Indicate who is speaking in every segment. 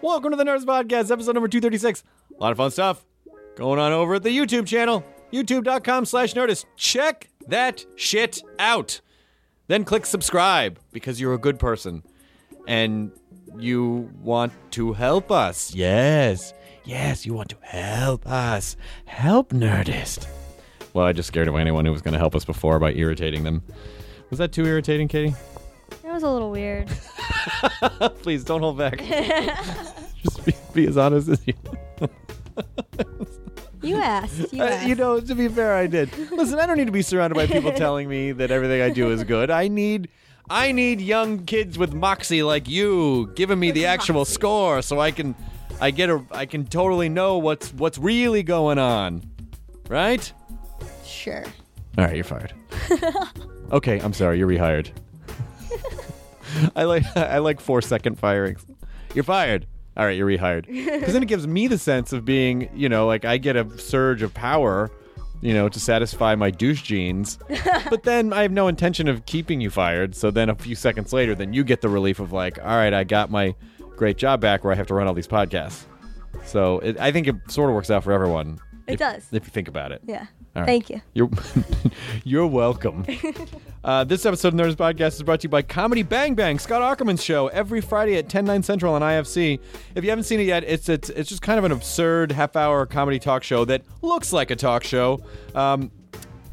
Speaker 1: Welcome to the Nerds Podcast, episode number 236. A lot of fun stuff going on over at the YouTube channel, youtube.com slash nerdist. Check that shit out. Then click subscribe because you're a good person and you want to help us. Yes. Yes, you want to help us. Help Nerdist. Well, I just scared away anyone who was going to help us before by irritating them. Was that too irritating, Katie?
Speaker 2: That was a little weird.
Speaker 1: Please don't hold back. just be, be as honest as you
Speaker 2: You asked. You,
Speaker 1: Uh,
Speaker 2: asked.
Speaker 1: you know, to be fair, I did. Listen, I don't need to be surrounded by people telling me that everything I do is good. I need, I need young kids with moxie like you giving me the actual score, so I can, I get a, I can totally know what's what's really going on, right?
Speaker 2: Sure.
Speaker 1: All right, you're fired. okay, I'm sorry, you're rehired. I like I like four second firings. You're fired. All right, you're rehired. Because then it gives me the sense of being, you know, like I get a surge of power, you know, to satisfy my douche genes. but then I have no intention of keeping you fired. So then a few seconds later, then you get the relief of like, all right, I got my great job back where I have to run all these podcasts. So it, I think it sort of works out for everyone.
Speaker 2: It
Speaker 1: if-
Speaker 2: does.
Speaker 1: If you think about it.
Speaker 2: Yeah.
Speaker 1: All right.
Speaker 2: Thank you.
Speaker 1: You're, you're welcome. uh, this episode of Nerds Podcast is brought to you by Comedy Bang Bang, Scott Ackerman's show, every Friday at 10, 9 central on IFC. If you haven't seen it yet, it's it's, it's just kind of an absurd half hour comedy talk show that looks like a talk show. Um,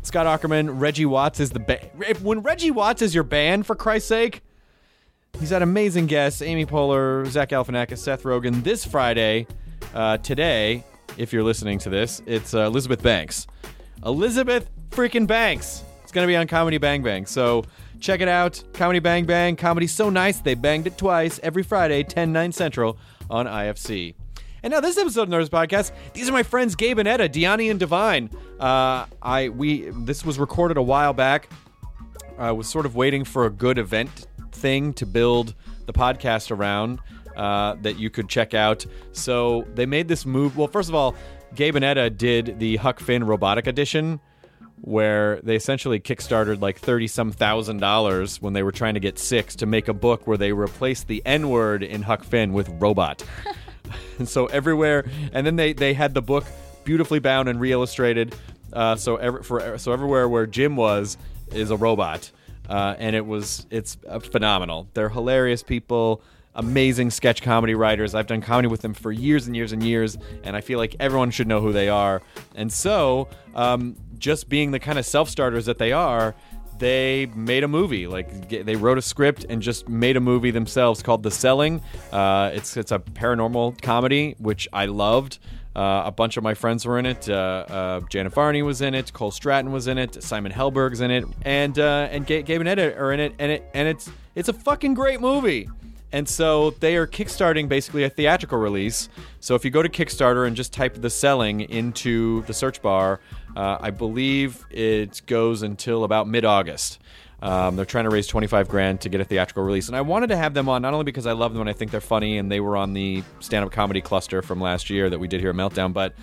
Speaker 1: Scott Ackerman, Reggie Watts is the ba- if- when Reggie Watts is your band for Christ's sake. He's had amazing guests: Amy Poehler, Zach Galifianakis, Seth Rogen. This Friday, uh, today, if you're listening to this, it's uh, Elizabeth Banks. Elizabeth freaking Banks. It's gonna be on Comedy Bang Bang. So check it out. Comedy Bang Bang. Comedy so nice they banged it twice every Friday, 10 9 central on IFC. And now this episode of Nerds Podcast. These are my friends Gabe and Etta, Deani and Divine. Uh, I we this was recorded a while back. I was sort of waiting for a good event thing to build the podcast around uh, that you could check out. So they made this move. Well, first of all, Gabe and Etta did the Huck Finn Robotic Edition, where they essentially kickstarted like thirty some thousand dollars when they were trying to get six to make a book where they replaced the N word in Huck Finn with robot. and so everywhere and then they they had the book beautifully bound and reillustrated uh, so ever for so everywhere where jim was is a robot uh, and it was it's uh, phenomenal they're hilarious people amazing sketch comedy writers i've done comedy with them for years and years and years and i feel like everyone should know who they are and so um, just being the kind of self-starters that they are they made a movie. Like g- they wrote a script and just made a movie themselves called The Selling. Uh, it's it's a paranormal comedy which I loved. Uh, a bunch of my friends were in it. Uh, uh, Janet Varney was in it. Cole Stratton was in it. Simon Helberg's in it, and uh, and Ga- Gabe and Ed are in it. And it and it's it's a fucking great movie. And so they are kickstarting basically a theatrical release. So if you go to Kickstarter and just type the selling into the search bar, uh, I believe it goes until about mid August. Um, they're trying to raise 25 grand to get a theatrical release. And I wanted to have them on not only because I love them and I think they're funny and they were on the stand up comedy cluster from last year that we did here at Meltdown, but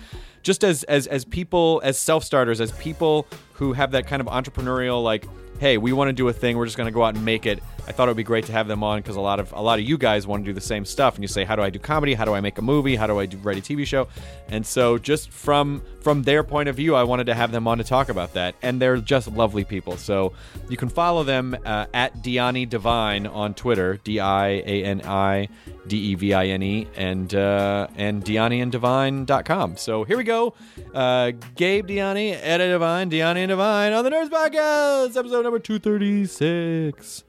Speaker 1: just as, as, as people, as self starters, as people who have that kind of entrepreneurial, like, hey, we want to do a thing. We're just going to go out and make it. I thought it would be great to have them on because a lot of a lot of you guys want to do the same stuff, and you say, how do I do comedy? How do I make a movie? How do I do write a TV show? And so, just from from their point of view, I wanted to have them on to talk about that, and they're just lovely people. So you can follow them uh, at Diani Divine on Twitter, D I A N I D E V I N E, and uh, and DianiandDivine.com. So here we go, uh, Gabe Diani, Edda Divine, Diani and Divine on the Nerds Podcast, episode number two thirty six.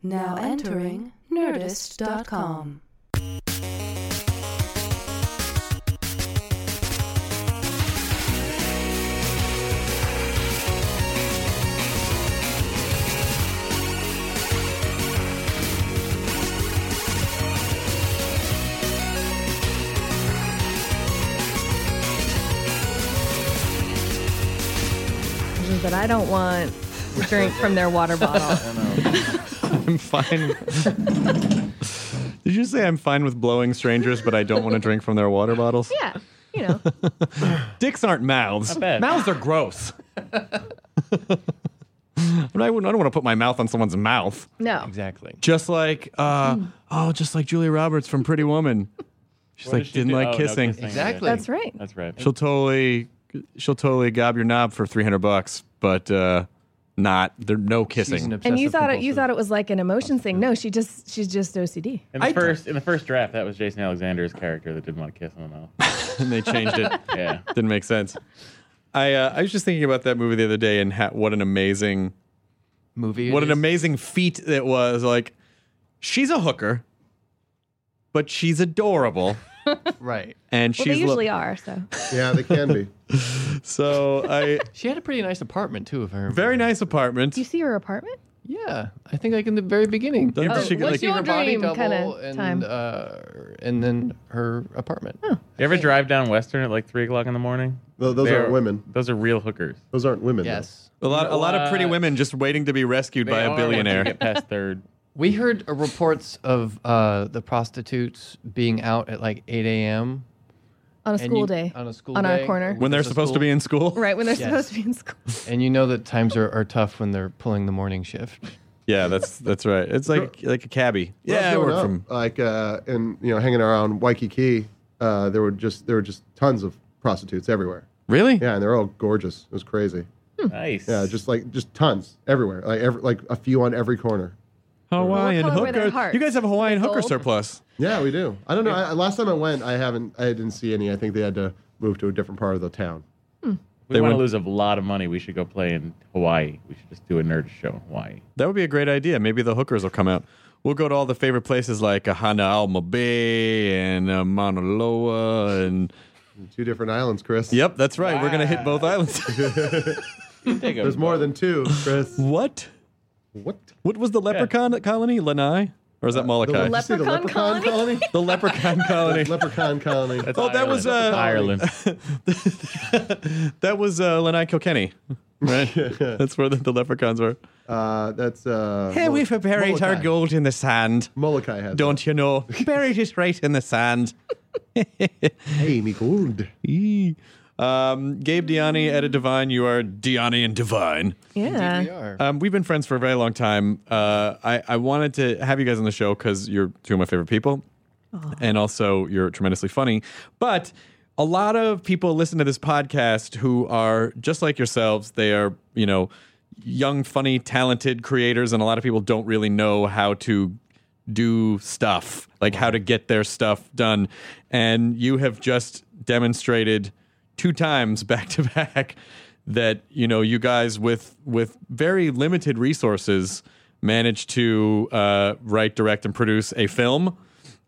Speaker 3: Now entering Nerdist.com.
Speaker 4: But I don't want a drink from their water bottle.
Speaker 1: I'm fine. Did you say I'm fine with blowing strangers, but I don't want to drink from their water bottles?
Speaker 4: yeah, you know.
Speaker 1: Dicks aren't mouths.
Speaker 5: bad.
Speaker 1: Mouths are gross. I, mean, I, wouldn't, I don't want to put my mouth on someone's mouth.
Speaker 4: No.
Speaker 5: Exactly.
Speaker 1: Just like, uh,
Speaker 4: Hmm.
Speaker 1: oh, just like Julia Roberts from Pretty Woman. She's
Speaker 5: What
Speaker 1: like,
Speaker 5: does she
Speaker 1: didn't
Speaker 5: do?
Speaker 1: like
Speaker 5: Oh, no
Speaker 1: kissing.
Speaker 5: kissing.
Speaker 6: Exactly.
Speaker 4: That's right.
Speaker 5: That's right.
Speaker 1: She'll totally, she'll totally gob your knob for 300 bucks, but uh, not, there, no
Speaker 6: She's an
Speaker 1: kissing.
Speaker 4: And you
Speaker 6: obsessive
Speaker 4: thought it, you
Speaker 6: compulsive.
Speaker 4: thought it was like an emotion thing. No, she just she's just OCD.
Speaker 5: In the
Speaker 1: I-
Speaker 5: first in the first draft, that was Jason Alexander's character that didn't want to kiss on the mouth.
Speaker 1: and they changed it.
Speaker 5: Yeah.
Speaker 1: didn't make sense. I uh, I was just thinking about that movie the other day and ha- what an amazing
Speaker 6: movie.
Speaker 1: what
Speaker 6: it
Speaker 1: an
Speaker 6: is.
Speaker 1: amazing feat it was. Like she's a hooker, but she's adorable
Speaker 6: Right.
Speaker 1: and
Speaker 4: Well,
Speaker 1: she's
Speaker 4: they
Speaker 1: lo-
Speaker 4: usually are. So
Speaker 7: Yeah, they can be.
Speaker 1: so I
Speaker 6: She had a pretty nice apartment too, if I remember.
Speaker 1: very nice apartment.
Speaker 4: you see her apartment.
Speaker 6: Yeah, I think like in the very beginning.
Speaker 1: Doesn't
Speaker 6: Her-
Speaker 1: she get,
Speaker 6: I
Speaker 1: like-
Speaker 6: see her
Speaker 4: Oh, What's
Speaker 6: body
Speaker 4: your dream
Speaker 6: double
Speaker 4: kinda
Speaker 6: and
Speaker 4: time?
Speaker 6: uh, and then her apartment.
Speaker 5: You ever drive down Western at like three o'clock in the morning?
Speaker 7: Tho- those
Speaker 5: They're-
Speaker 7: aren't women.
Speaker 5: Those are real hookers.
Speaker 7: Those aren't women. though.
Speaker 6: Yes,
Speaker 1: A lot a lot of pretty
Speaker 5: What?
Speaker 1: women just waiting to be rescued by
Speaker 5: They are
Speaker 1: a
Speaker 5: once you
Speaker 1: billionaire.
Speaker 5: Get past third.
Speaker 6: we heard uh, reports of uh, the prostitutes being out at like 8 a.m.
Speaker 4: On a
Speaker 6: and
Speaker 4: school
Speaker 6: you-
Speaker 4: day.
Speaker 6: on a school
Speaker 4: On our
Speaker 6: day,
Speaker 4: corner.
Speaker 1: When they're
Speaker 6: It's a
Speaker 1: supposed to
Speaker 6: school-
Speaker 1: be in school.
Speaker 4: Right when they're
Speaker 6: Yes.
Speaker 4: supposed to be in school.
Speaker 6: And you know that times are, are tough when they're pulling the morning shift.
Speaker 1: Yeah, that's that's right. It's like like a cabbie.
Speaker 7: When I was
Speaker 1: Yeah, I
Speaker 7: growing
Speaker 1: work
Speaker 7: up,
Speaker 1: from
Speaker 7: like uh, and you know hanging around Waikiki. Uh, there were just there were just tons of prostitutes everywhere.
Speaker 1: Really?
Speaker 7: Yeah, and they're all gorgeous. It was crazy.
Speaker 5: Nice.
Speaker 7: Yeah, just like just tons everywhere. Like every, like a few on every corner.
Speaker 1: Hawaiian
Speaker 4: What color were their
Speaker 1: hooker.
Speaker 4: hearts?
Speaker 1: You guys have a Hawaiian hooker
Speaker 4: Gold?
Speaker 1: surplus.
Speaker 7: Yeah, we do. I don't know. I, last time I went, I haven't. I didn't see any. I think they had to move to a different part of the town.
Speaker 5: we
Speaker 1: They
Speaker 5: want to
Speaker 1: went-
Speaker 5: lose a lot of money. We should go play in Hawaii. We should just do a nerd show in Hawaii.
Speaker 1: That would be a great idea. Maybe the hookers will come out. We'll go to all the favorite places like uh, Hanauma Bay and uh, Mauna Loa and
Speaker 7: Two different islands, Chris.
Speaker 1: yep, that's right. We're gonna hit both islands.
Speaker 7: There's more than two, Chris.
Speaker 1: what?
Speaker 7: what?
Speaker 1: What was the leprechaun colony? Lanai, or is that Molokai?
Speaker 7: Did you see the
Speaker 4: Leprechaun
Speaker 7: leprechaun colony?
Speaker 1: The leprechaun colony.
Speaker 7: leprechaun colony.
Speaker 5: That's
Speaker 1: Oh, that was,
Speaker 5: Ireland.
Speaker 1: uh,
Speaker 5: Ireland.
Speaker 1: that was uh, Lanai Kilkenny, right? That's where the, the leprechauns were.
Speaker 7: Uh, that's uh.
Speaker 1: Hey,
Speaker 7: Mol-
Speaker 1: we've buried our
Speaker 7: Molokai.
Speaker 1: gold in the sand.
Speaker 7: Molokai has.
Speaker 1: Don't you know? buried it right in the sand.
Speaker 7: that. Hey, me gold.
Speaker 1: Eee. Um, Gabe Diani, Edda Divine, you are Diani and Divine.
Speaker 4: Yeah.
Speaker 6: Indeed we are.
Speaker 1: Um, we've been friends for a very long time. Uh, I, I wanted to have you guys on the show because you're two of my favorite people, and also you're tremendously funny. But a lot of people listen to this podcast who are just like yourselves. They are, you know, young, funny, talented creators, and a lot of people don't really know how to do stuff, like how to get their stuff done. And you have just demonstrated two times back to back that you know you guys with with very limited resources managed to uh, write, direct, and produce a film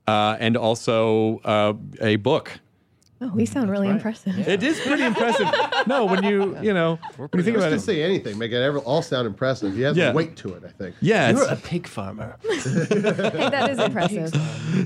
Speaker 1: uh, and also uh, a book.
Speaker 4: Oh, we sound really impressive.
Speaker 1: It is pretty impressive. No, when you you know when you think about
Speaker 7: Chris can
Speaker 1: it,
Speaker 7: say anything, make it ever, all sound impressive. He has
Speaker 1: Yeah.
Speaker 7: a weight to it, I think.
Speaker 1: yeah,
Speaker 6: You're
Speaker 1: it's,
Speaker 6: a pig farmer.
Speaker 4: Hey, that is impressive.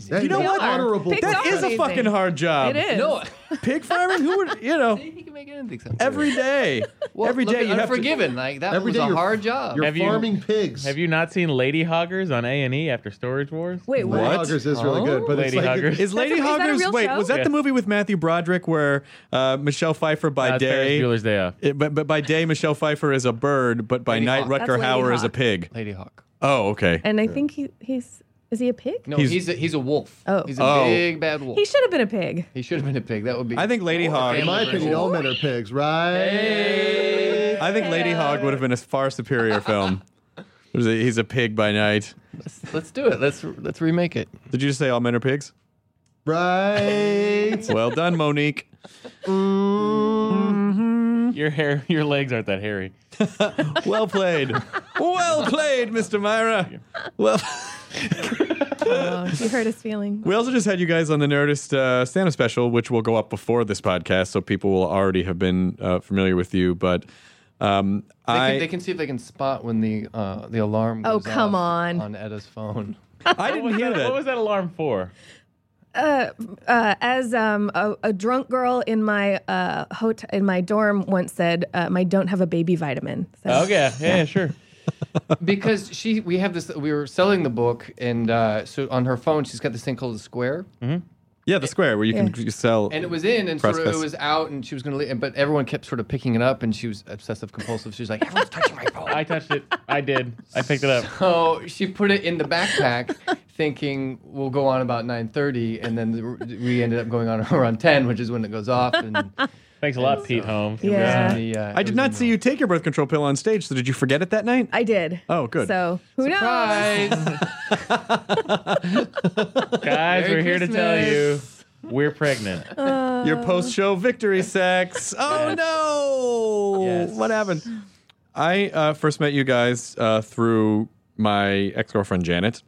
Speaker 7: That
Speaker 1: You know
Speaker 7: is
Speaker 1: what?
Speaker 7: Honorable.
Speaker 4: Pigs
Speaker 1: that
Speaker 4: are
Speaker 1: is a
Speaker 4: amazing.
Speaker 6: um,
Speaker 1: fucking hard job.
Speaker 4: It is.
Speaker 6: No,
Speaker 1: Pig farming? Who would you know?
Speaker 6: he can make anything simple.
Speaker 1: Every day.
Speaker 6: Well,
Speaker 1: every
Speaker 6: look
Speaker 1: day
Speaker 6: at
Speaker 1: you have to-
Speaker 6: Unforgiven. Like that
Speaker 7: Every
Speaker 6: was
Speaker 7: day
Speaker 6: a
Speaker 7: you're-
Speaker 6: hard job.
Speaker 7: You're
Speaker 5: Have you-
Speaker 7: farming pigs.
Speaker 5: Have you not seen Lady Hoggers on A and E after Storage Wars?
Speaker 4: Wait,
Speaker 7: Lady
Speaker 1: What?
Speaker 4: what?
Speaker 7: Hoggers is really good, but it's
Speaker 5: Lady
Speaker 7: like
Speaker 5: Hoggers.
Speaker 1: Is Lady
Speaker 4: a- is that a
Speaker 1: Hoggers?
Speaker 4: real
Speaker 1: wait,
Speaker 4: show?
Speaker 1: was that
Speaker 5: Yeah.
Speaker 1: the movie with Matthew Broderick where uh, Michelle Pfeiffer by
Speaker 5: Uh, Ferris
Speaker 1: day?
Speaker 5: Bueller's Day Off.
Speaker 1: It- but, but by day, Michelle Pfeiffer is a bird, but by
Speaker 6: Lady
Speaker 1: night,
Speaker 6: Hawk.
Speaker 4: That's
Speaker 1: Rutger
Speaker 4: Lady
Speaker 1: Hauer is a
Speaker 4: Hawk.
Speaker 1: pig.
Speaker 6: Lady Hawk.
Speaker 1: Oh, okay.
Speaker 4: And I think he, he's is he a pig?
Speaker 6: No,
Speaker 1: He's-
Speaker 6: he's he's a, he's a wolf.
Speaker 4: Oh.
Speaker 6: he's a
Speaker 1: Oh.
Speaker 6: big bad wolf.
Speaker 4: He should have been a pig.
Speaker 6: He should have been a pig. That would be.
Speaker 1: I think Lady Hog.
Speaker 7: in my opinion, all men are pigs, right?
Speaker 1: I think Lady Hog would have been a far superior film. There's a- He's a pig by night.
Speaker 6: Let's do it. Let's let's remake it.
Speaker 1: Did you just say all men are pigs?
Speaker 7: Right.
Speaker 1: Well done, Monique.
Speaker 5: Your hair, your legs aren't that hairy.
Speaker 1: Well played. Well played, Mr. Myra. Well,
Speaker 4: Oh, he hurt his feelings.
Speaker 1: we also just had you guys on the Nerdist uh, stand-up special, which will go up before this podcast, so people will already have been uh, familiar with you. But um,
Speaker 6: They,
Speaker 1: I,
Speaker 6: can, they can see if they can spot when the uh, the alarm.
Speaker 4: Oh,
Speaker 6: goes
Speaker 4: come
Speaker 6: off
Speaker 4: on.
Speaker 6: On Edda's phone.
Speaker 1: I didn't hear
Speaker 5: What was
Speaker 1: that.
Speaker 5: that alarm for?
Speaker 4: Uh, uh, as um, a, a drunk girl in my uh, hotel, in my dorm once said, um, "I don't have a baby vitamin." So
Speaker 5: Okay, yeah, sure.
Speaker 6: because she we have this we were selling the book and uh, so on her phone she's got this thing called the square
Speaker 1: Mm-hmm. Yeah, the square where you can sell.
Speaker 6: and it was in and sort of it
Speaker 1: Precipice.
Speaker 6: was out and she was gonna leave but everyone kept sort of picking it up and she was obsessive compulsive she was like everyone's touching my phone
Speaker 5: I touched it. I did. I picked it up.
Speaker 6: so she put it in the backpack thinking we'll go on about 9.30 and then the, we ended up going on around 10 which is when it goes off and it
Speaker 5: Thanks a lot, Pete Holmes.
Speaker 6: was
Speaker 4: Yeah.
Speaker 6: in the, uh,
Speaker 1: I
Speaker 6: it
Speaker 1: did
Speaker 6: was in
Speaker 1: not
Speaker 6: the-
Speaker 1: see you take your birth control pill on stage. So did you forget it that night?
Speaker 4: I did.
Speaker 1: Oh, good.
Speaker 4: So who knows?
Speaker 6: Surprise!
Speaker 5: Guys,
Speaker 6: Merry
Speaker 5: we're here to tell you
Speaker 6: Christmas.
Speaker 5: we're pregnant.
Speaker 1: Your post-show victory sex. Oh no!
Speaker 6: Yes.
Speaker 1: What happened? I uh, first met you guys uh, through my ex-girlfriend Janet.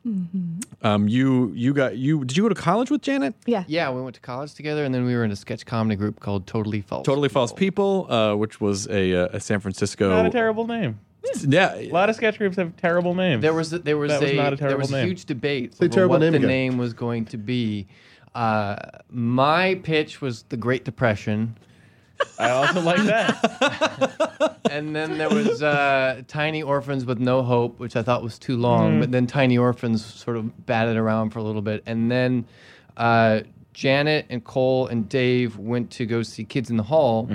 Speaker 1: Um, you you got you did you go to college with Janet?
Speaker 4: Yeah.
Speaker 6: yeah, we went to college together, and then we were in a sketch comedy group called Totally False.
Speaker 1: Totally False People, uh, which was a, uh, a San Francisco.
Speaker 5: Not a terrible name.
Speaker 1: yeah,
Speaker 5: A lot of sketch groups have terrible names.
Speaker 6: There was there was,
Speaker 5: That was
Speaker 6: a,
Speaker 5: not a
Speaker 6: there
Speaker 5: terrible
Speaker 6: was
Speaker 5: name.
Speaker 6: huge debate
Speaker 7: a
Speaker 6: over
Speaker 7: terrible
Speaker 6: what
Speaker 7: name
Speaker 6: the
Speaker 7: again.
Speaker 6: name was going to be. Uh, my pitch was the Great Depression,
Speaker 5: I also like that.
Speaker 6: and then there was uh, Tiny Orphans with No Hope, which I thought was too long.
Speaker 1: Mm.
Speaker 6: But then Tiny Orphans sort of batted around for a little bit, and then uh, Janet and Cole and Dave went to go see Kids in the Hall,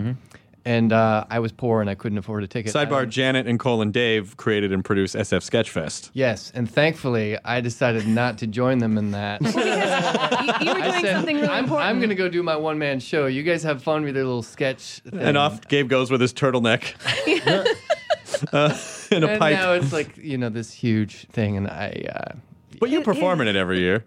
Speaker 6: and uh, I was poor and I couldn't afford a ticket. I
Speaker 1: Mm-hmm. Sidebar: Janet and Cole and Dave created and produced SF Sketchfest.
Speaker 6: Yes, and thankfully I decided not to join them in that.
Speaker 4: You, you were doing
Speaker 6: I said,
Speaker 4: something really
Speaker 6: I'm,
Speaker 4: important.
Speaker 6: I'm going to go do my one man show. You guys have fun with your little sketch. Thing.
Speaker 1: And off Gabe goes with his turtleneck uh, and a
Speaker 6: And
Speaker 1: pipe.
Speaker 6: now it's like you know this huge thing, and I.
Speaker 1: but you perform in it every year.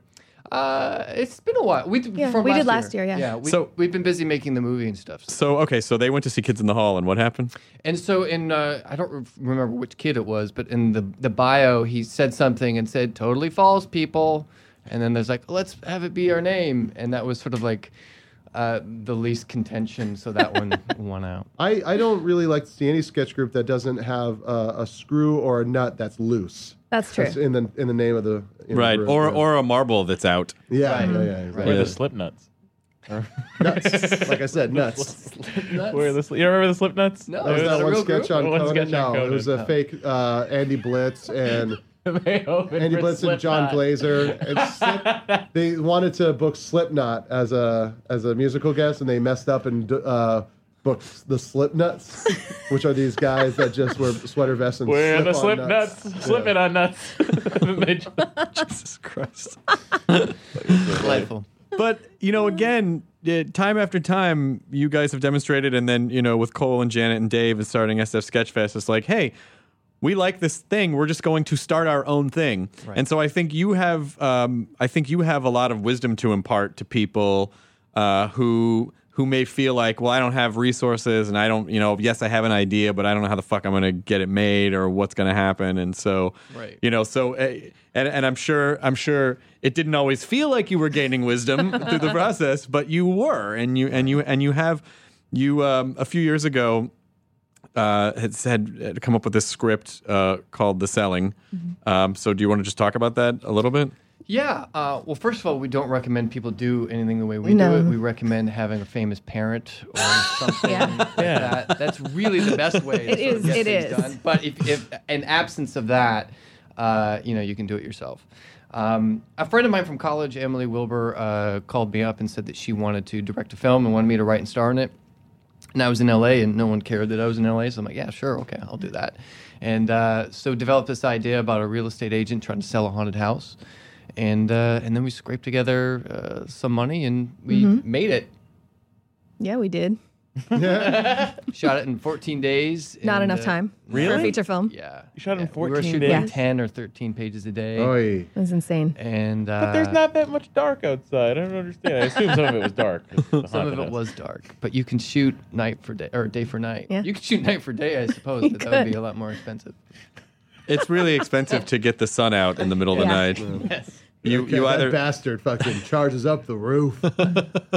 Speaker 6: Uh, uh, it's been a while. We did,
Speaker 4: Yeah,
Speaker 6: from
Speaker 4: we did last year, yeah.
Speaker 6: Yeah. We,
Speaker 1: So-
Speaker 6: we've been busy making the movie and stuff.
Speaker 1: So okay, so they went to see Kids in the Hall, and what happened?
Speaker 6: And so in uh, I don't re- remember which kid it was, but in the the bio he said something and said totally false people, and then there's like let's have it be our name, and that was sort of like uh, the least contention, so that one won out.
Speaker 7: I, I don't really like to see any sketch group that doesn't have uh, a screw or a nut that's loose.
Speaker 4: That's true.
Speaker 7: That's in the in the name of the in the
Speaker 1: Right,
Speaker 7: group,
Speaker 1: or
Speaker 7: yeah.
Speaker 1: or a marble that's out.
Speaker 7: yeah, yeah, yeah, exactly.
Speaker 5: We're the Slipknots.
Speaker 7: nuts. Like I said, nuts.
Speaker 5: We're the sli- you remember the Slipknots?
Speaker 6: No.
Speaker 7: That was
Speaker 6: Is that
Speaker 7: that
Speaker 6: a
Speaker 7: one
Speaker 6: real
Speaker 7: sketch
Speaker 6: group?
Speaker 7: on
Speaker 5: One
Speaker 7: Conan.
Speaker 5: sketch
Speaker 7: no,
Speaker 5: on
Speaker 7: it was
Speaker 5: Conan.
Speaker 7: a fake uh, Andy Blitz and
Speaker 5: they opened
Speaker 7: Andy
Speaker 5: for
Speaker 7: Blitz and John
Speaker 5: Slipknot.
Speaker 7: Glazer. And Slip, they wanted to book Slipknot as a as a musical guest, and they messed up and uh, booked the Slipknots, which are these guys that just wear sweater vests and
Speaker 5: We're
Speaker 7: slip
Speaker 5: the
Speaker 7: on
Speaker 5: Slipknots. Slipping on nuts. They just-
Speaker 1: Jesus Christ.
Speaker 6: Delightful.
Speaker 1: But, you know, again, uh, time after time, you guys have demonstrated, and then, you know, with Cole and Janet and Dave and starting SF Sketchfest, it's like, hey, we like this thing. We're just going to start our own thing. And so I think you have, um, I think you have a lot of wisdom to impart to people uh, who who may feel like, well, I don't have resources, and I don't, you know, yes, I have an idea, but I don't know how the fuck I'm going to get it made or what's going to happen. And so,
Speaker 6: Right.
Speaker 1: you know, so uh, and and I'm sure I'm sure it didn't always feel like you were gaining wisdom through the process, but you were, and you and you and you have you um, a few years ago uh, had said had
Speaker 6: Mm-hmm.
Speaker 1: come up with this script uh, called The Selling. Um, so, do you want to just talk about that a little bit?
Speaker 6: Yeah. Uh, well, first of all, we don't recommend people do anything the way we
Speaker 4: No.
Speaker 6: do it. We recommend having a famous parent or something
Speaker 4: Yeah.
Speaker 6: like
Speaker 5: Yeah.
Speaker 6: that. That's really the best way.
Speaker 4: It
Speaker 6: to sort
Speaker 4: is,
Speaker 6: of get
Speaker 4: it
Speaker 6: things
Speaker 4: is.
Speaker 6: Done. But if, if in absence of that, uh, you know, you can do it yourself. Um, a friend of mine from college, Emily Wilbur, uh, called me up and said that she wanted to direct a film and wanted me to write and star in it. And I was in LA, and no one cared that I was in LA. So I'm like, yeah, sure, okay, I'll do that. And uh, so developed this idea about a real estate agent trying to sell a haunted house, and uh, and then we scraped together uh, some money and we
Speaker 4: Mm-hmm.
Speaker 6: made it.
Speaker 4: Yeah, we did.
Speaker 6: Shot it in 14 days.
Speaker 4: Not
Speaker 6: and,
Speaker 4: enough
Speaker 6: uh,
Speaker 4: time for
Speaker 5: Really?
Speaker 4: a feature film.
Speaker 6: Yeah.
Speaker 5: You shot it in
Speaker 6: Yeah, We were
Speaker 5: 14
Speaker 6: shooting
Speaker 5: days?
Speaker 6: 10 or 13 pages a day.
Speaker 1: Oh,
Speaker 7: Oy.
Speaker 4: It was insane.
Speaker 6: And uh,
Speaker 5: But there's not that much dark outside. I don't understand. I assume some of it was dark.
Speaker 6: Some of it was dark, but you can shoot night for day or day for night.
Speaker 4: Yeah.
Speaker 6: You can shoot night for day, I suppose, but that would be a lot more expensive.
Speaker 1: It's really expensive to get the sun out in the middle
Speaker 4: Yeah.
Speaker 1: of the night.
Speaker 6: Yes.
Speaker 1: You,
Speaker 7: Okay,
Speaker 1: you
Speaker 7: that
Speaker 1: either
Speaker 7: bastard fucking charges up the roof.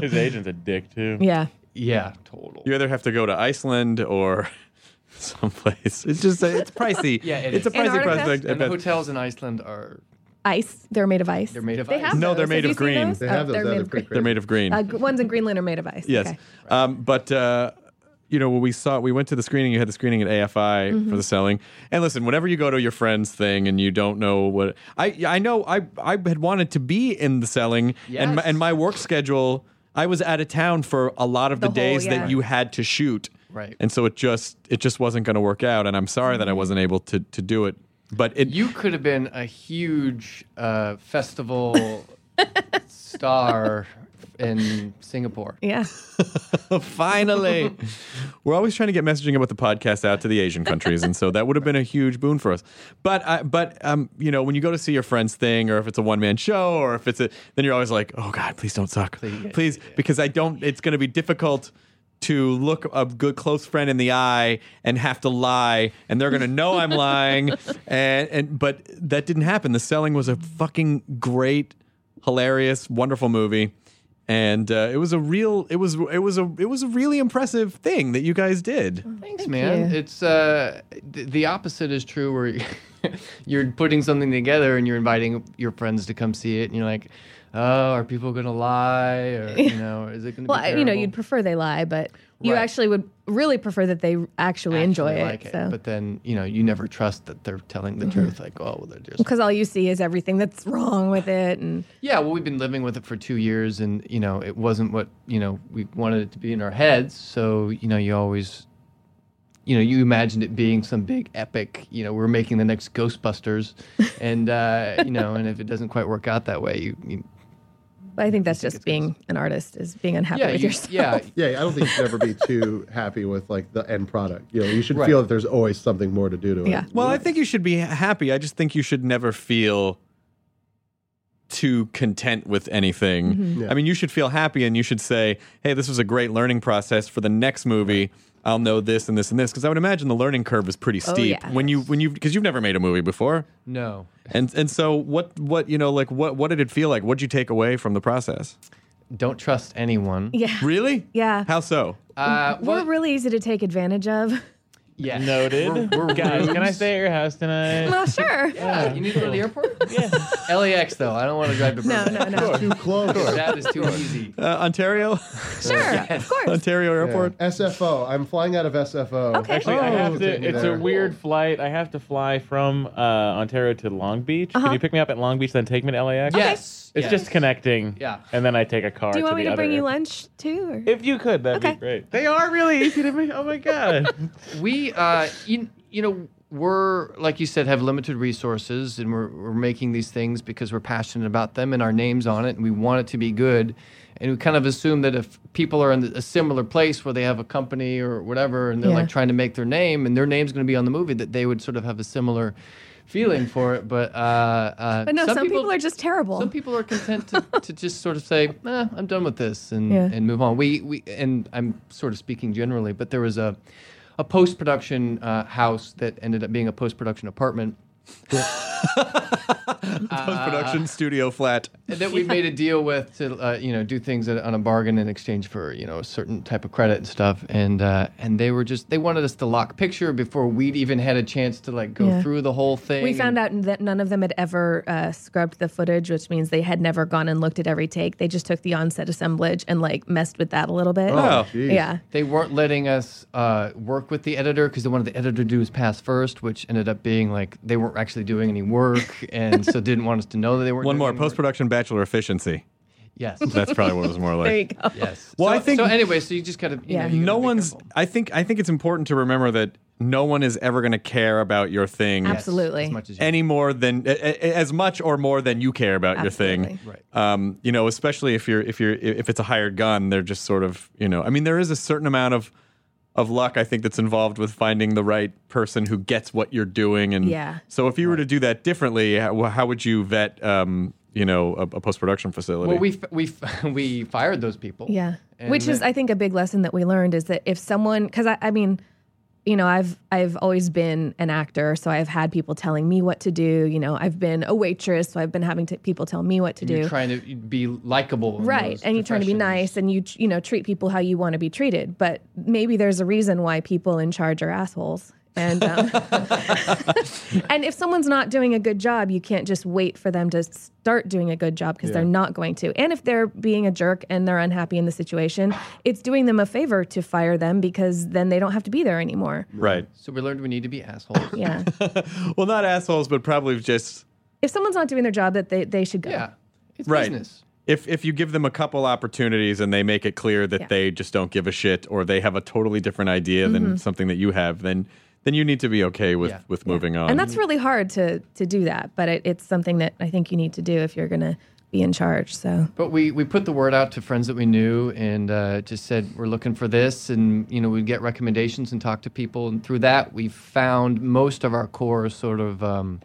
Speaker 5: His agent's a dick too.
Speaker 4: Yeah.
Speaker 6: Yeah, total.
Speaker 1: you either have to go to Iceland or someplace. It's just it's pricey.
Speaker 6: Yeah, it
Speaker 1: it's
Speaker 6: is.
Speaker 1: a pricey
Speaker 4: Antarctica?
Speaker 1: prospect. I
Speaker 6: And
Speaker 1: bet.
Speaker 6: hotels in Iceland are
Speaker 4: Ice. They're made of ice.
Speaker 6: they're made of
Speaker 4: They
Speaker 6: ice.
Speaker 4: have
Speaker 1: No, they're
Speaker 4: those.
Speaker 1: made
Speaker 4: Have
Speaker 1: of
Speaker 4: you seen
Speaker 1: green.
Speaker 4: those?
Speaker 7: They
Speaker 4: Oh,
Speaker 7: have those.
Speaker 4: They're
Speaker 7: Those
Speaker 4: made
Speaker 7: are
Speaker 4: of
Speaker 7: pretty
Speaker 4: green.
Speaker 1: They're
Speaker 7: crazy.
Speaker 1: made of green.
Speaker 4: Uh, g- ones in Greenland are made of ice.
Speaker 1: Yes.
Speaker 4: Okay.
Speaker 1: Um, but, uh, you know, when we saw, we went to the screening, you had the screening at AFI for the selling. And listen, whenever you go to your friend's thing and you don't know what, I, I know I, I had wanted to be in the selling and, my,
Speaker 6: Yes.
Speaker 1: and my work schedule, I was out of town for a lot of the,
Speaker 4: The whole-
Speaker 1: days
Speaker 4: yeah.
Speaker 1: that you had to shoot.
Speaker 6: Right.
Speaker 1: And so it just, it just wasn't going to work out. And I'm sorry that I wasn't able to, to do it, but it,
Speaker 6: You could have been a huge uh, festival star in Singapore.
Speaker 4: Yeah.
Speaker 1: Finally, we're always trying to get messaging about the podcast out to the Asian countries, and so that would have been a huge boon for us. But I but um, you know, when you go to see your friend's thing, or if it's a one man show, or if it's a, then you're always like, oh god, please don't suck, please, because I don't. It's going to be difficult to look a good close friend in the eye and have to lie and they're going to know I'm lying and and but that didn't happen the selling was a fucking great hilarious wonderful movie and uh, it was a real it was it was a it was a really impressive thing that you guys did
Speaker 6: Thanks, man. It's uh, th- the opposite is true where you're putting something together and you're inviting your friends to come see it, and you're like, oh, are people gonna lie? Or you know, is it gonna?
Speaker 4: Well,
Speaker 6: be
Speaker 4: I- you know,
Speaker 6: terrible?
Speaker 4: you'd prefer they lie, but you
Speaker 6: Right.
Speaker 4: actually would really prefer that they actually, enjoy
Speaker 6: actually
Speaker 4: it.
Speaker 6: like
Speaker 4: so. Mm-hmm.
Speaker 6: But then you know, you never trust that they're telling the truth. Like, oh, well, they're just
Speaker 4: because all you see is everything that's wrong with it, and
Speaker 6: Yeah, well, we've been living with it for two years, and you know, it wasn't what you know we wanted it to be in our heads. So you know, you always, you know, you imagined it being some big epic. You know, we're making the next Ghostbusters, and uh, you know, and if it doesn't quite work out that way, you, you
Speaker 4: but I think that's just being an artist is being unhappy
Speaker 6: yeah,
Speaker 4: with
Speaker 6: you,
Speaker 4: yourself.
Speaker 6: yeah,
Speaker 7: Yeah, I don't think you should ever be too happy with like the end product. You know, you should
Speaker 6: Right.
Speaker 7: feel that there's always something more to do to it.
Speaker 4: Yeah.
Speaker 1: well i think you should be happy i just think you should never feel too content with anything i mean you should feel happy and you should say hey this was a great learning process for the next movie i'll know this and this and this because i would imagine the learning curve is pretty steep
Speaker 4: yeah.
Speaker 1: when you when you because you've never made a movie before
Speaker 6: no.
Speaker 1: and and so what what you know like what what did it feel like what did you take away from the process
Speaker 6: Don't trust anyone. Yeah.
Speaker 1: really
Speaker 4: Yeah.
Speaker 1: how so
Speaker 6: Uh,
Speaker 4: We're
Speaker 6: well,
Speaker 4: really easy to take advantage of.
Speaker 6: yeah.
Speaker 5: Noted.
Speaker 6: We're, we're
Speaker 5: Guys, can I
Speaker 6: rubes.
Speaker 5: stay at your house tonight?
Speaker 4: well, sure.
Speaker 6: Yeah, you need to go to the airport.
Speaker 5: yeah.
Speaker 6: LAX though. I don't want to drive to
Speaker 4: No,
Speaker 6: Burbank.
Speaker 4: no, no.
Speaker 7: Too close.
Speaker 6: That is too easy.
Speaker 1: uh, ontario
Speaker 4: Sure, of course.
Speaker 1: ontario
Speaker 7: Yeah.
Speaker 1: airport
Speaker 7: SFO. I'm flying out of SFO.
Speaker 4: Okay.
Speaker 5: Actually, I have
Speaker 7: Take me
Speaker 5: to. Oh. It's
Speaker 7: there.
Speaker 5: a weird flight. I have to fly from uh, Ontario to Long Beach.
Speaker 4: Uh-huh.
Speaker 5: Can you pick me up at Long Beach, then take me to LAX?
Speaker 6: Yes.
Speaker 5: It's
Speaker 6: yes.
Speaker 5: just connecting.
Speaker 6: Yeah.
Speaker 5: And then I take a car.
Speaker 4: Do you want
Speaker 5: to
Speaker 4: me
Speaker 5: the
Speaker 4: to bring
Speaker 5: other
Speaker 4: you
Speaker 5: airport.
Speaker 4: lunch too? Or?
Speaker 5: If you could, that'd
Speaker 4: Okay.
Speaker 5: be great. They are really easy to make. Oh my god.
Speaker 6: we uh you, you know we're like you said have limited resources and we're, we're making these things because we're passionate about them and our names on it and we want it to be good and we kind of assume that if people are in a similar place where they have a company or whatever and they're
Speaker 4: Yeah.
Speaker 6: like trying to make their name and their name's going to be on the movie that they would sort of have a similar feeling for it but uh, uh
Speaker 4: But no, some, people, are just terrible.
Speaker 6: some people are content to, to just sort of say, eh, I'm done with this and,
Speaker 4: Yeah.
Speaker 6: and move on. We, we and I'm sort of speaking generally, but there was a a post production uh, house that ended up being a post production apartment Uh,
Speaker 1: Post production studio flat.
Speaker 6: that we've made a deal with to uh, you know do things at, on a bargain in exchange for you know a certain type of credit and stuff and uh, and they were just they wanted us to lock picture before we'd even had a chance to like go
Speaker 4: Yeah.
Speaker 6: through the whole thing
Speaker 4: We found
Speaker 6: and-
Speaker 4: out that none of them had ever uh, scrubbed the footage, which means they had never gone and looked at every take. They just took the onset assemblage and like messed with that a little bit.
Speaker 1: Oh.
Speaker 7: Jeez.
Speaker 4: yeah.
Speaker 6: they weren't letting us uh, work with the editor because they wanted the editor to do his pass first, which ended up being like they weren't actually doing any work, and so didn't want us to know that they weren't.
Speaker 1: One
Speaker 6: doing
Speaker 1: more
Speaker 6: any work.
Speaker 1: post production bachelor efficiency.
Speaker 6: Yes,
Speaker 1: That's probably what it was more like.
Speaker 4: There you go.
Speaker 6: yes.
Speaker 1: Well,
Speaker 6: so,
Speaker 1: I think-
Speaker 6: so. Anyway, so you just gotta. You
Speaker 4: Yeah.
Speaker 6: know, you gotta
Speaker 1: no
Speaker 6: be
Speaker 1: one's
Speaker 6: careful.
Speaker 1: i think i think it's important to remember that no one is ever going to care about your thing
Speaker 6: Yes,
Speaker 4: Absolutely.
Speaker 6: as much as you.
Speaker 1: any more than a- a- as much or more than you care about your thing
Speaker 4: Absolutely.
Speaker 6: Right.
Speaker 1: um you know especially if you're if you're if it's a hired gun they're just sort of you know i mean there is a certain amount of of luck i think that's involved with finding the right person who gets what you're doing and
Speaker 4: Yeah.
Speaker 1: so if you were to do that differently how, how would you vet um you know a, a post-production facility
Speaker 6: well, we f- we f- we fired those people.
Speaker 4: Yeah.
Speaker 6: And
Speaker 4: Which is,
Speaker 6: then-
Speaker 4: I think, a big lesson that we learned is that if someone, because I, I mean, you know, I've I've always been an actor, so I've had people telling me what to do. You know, I've been a waitress, so I've been having to, people tell me what to do.
Speaker 6: You're trying to be likable, in
Speaker 4: right
Speaker 6: those
Speaker 4: and you're trying to be
Speaker 6: professions.
Speaker 4: nice and you you know treat people how you want to be treated but maybe there's a reason why people in charge are assholes and um, and if someone's not doing a good job you can't just wait for them to start doing a good job because they're not going to and if they're being a jerk and they're unhappy in the situation it's doing them a favor to fire them because then they don't have to be there anymore
Speaker 1: right
Speaker 6: So we learned we need to be assholes.
Speaker 4: yeah
Speaker 1: well not assholes but probably just
Speaker 4: if someone's not doing their job that they, they should go
Speaker 6: yeah, it's
Speaker 1: Right.
Speaker 6: business.
Speaker 1: If if you give them a couple opportunities and they make it clear that
Speaker 4: Yeah.
Speaker 1: they just don't give a shit or they have a totally different idea
Speaker 4: Mm-hmm.
Speaker 1: than something that you have, then then you need to be okay with
Speaker 6: Yeah.
Speaker 1: with moving on.
Speaker 4: and that's really hard to to do that but it, it's something that i think you need to do if you're gonna be in charge so
Speaker 6: But we, we put the word out to friends that we knew and uh, just said we're looking for this, and you know we'd get recommendations and talk to people, and through that we found most of our core sort of um,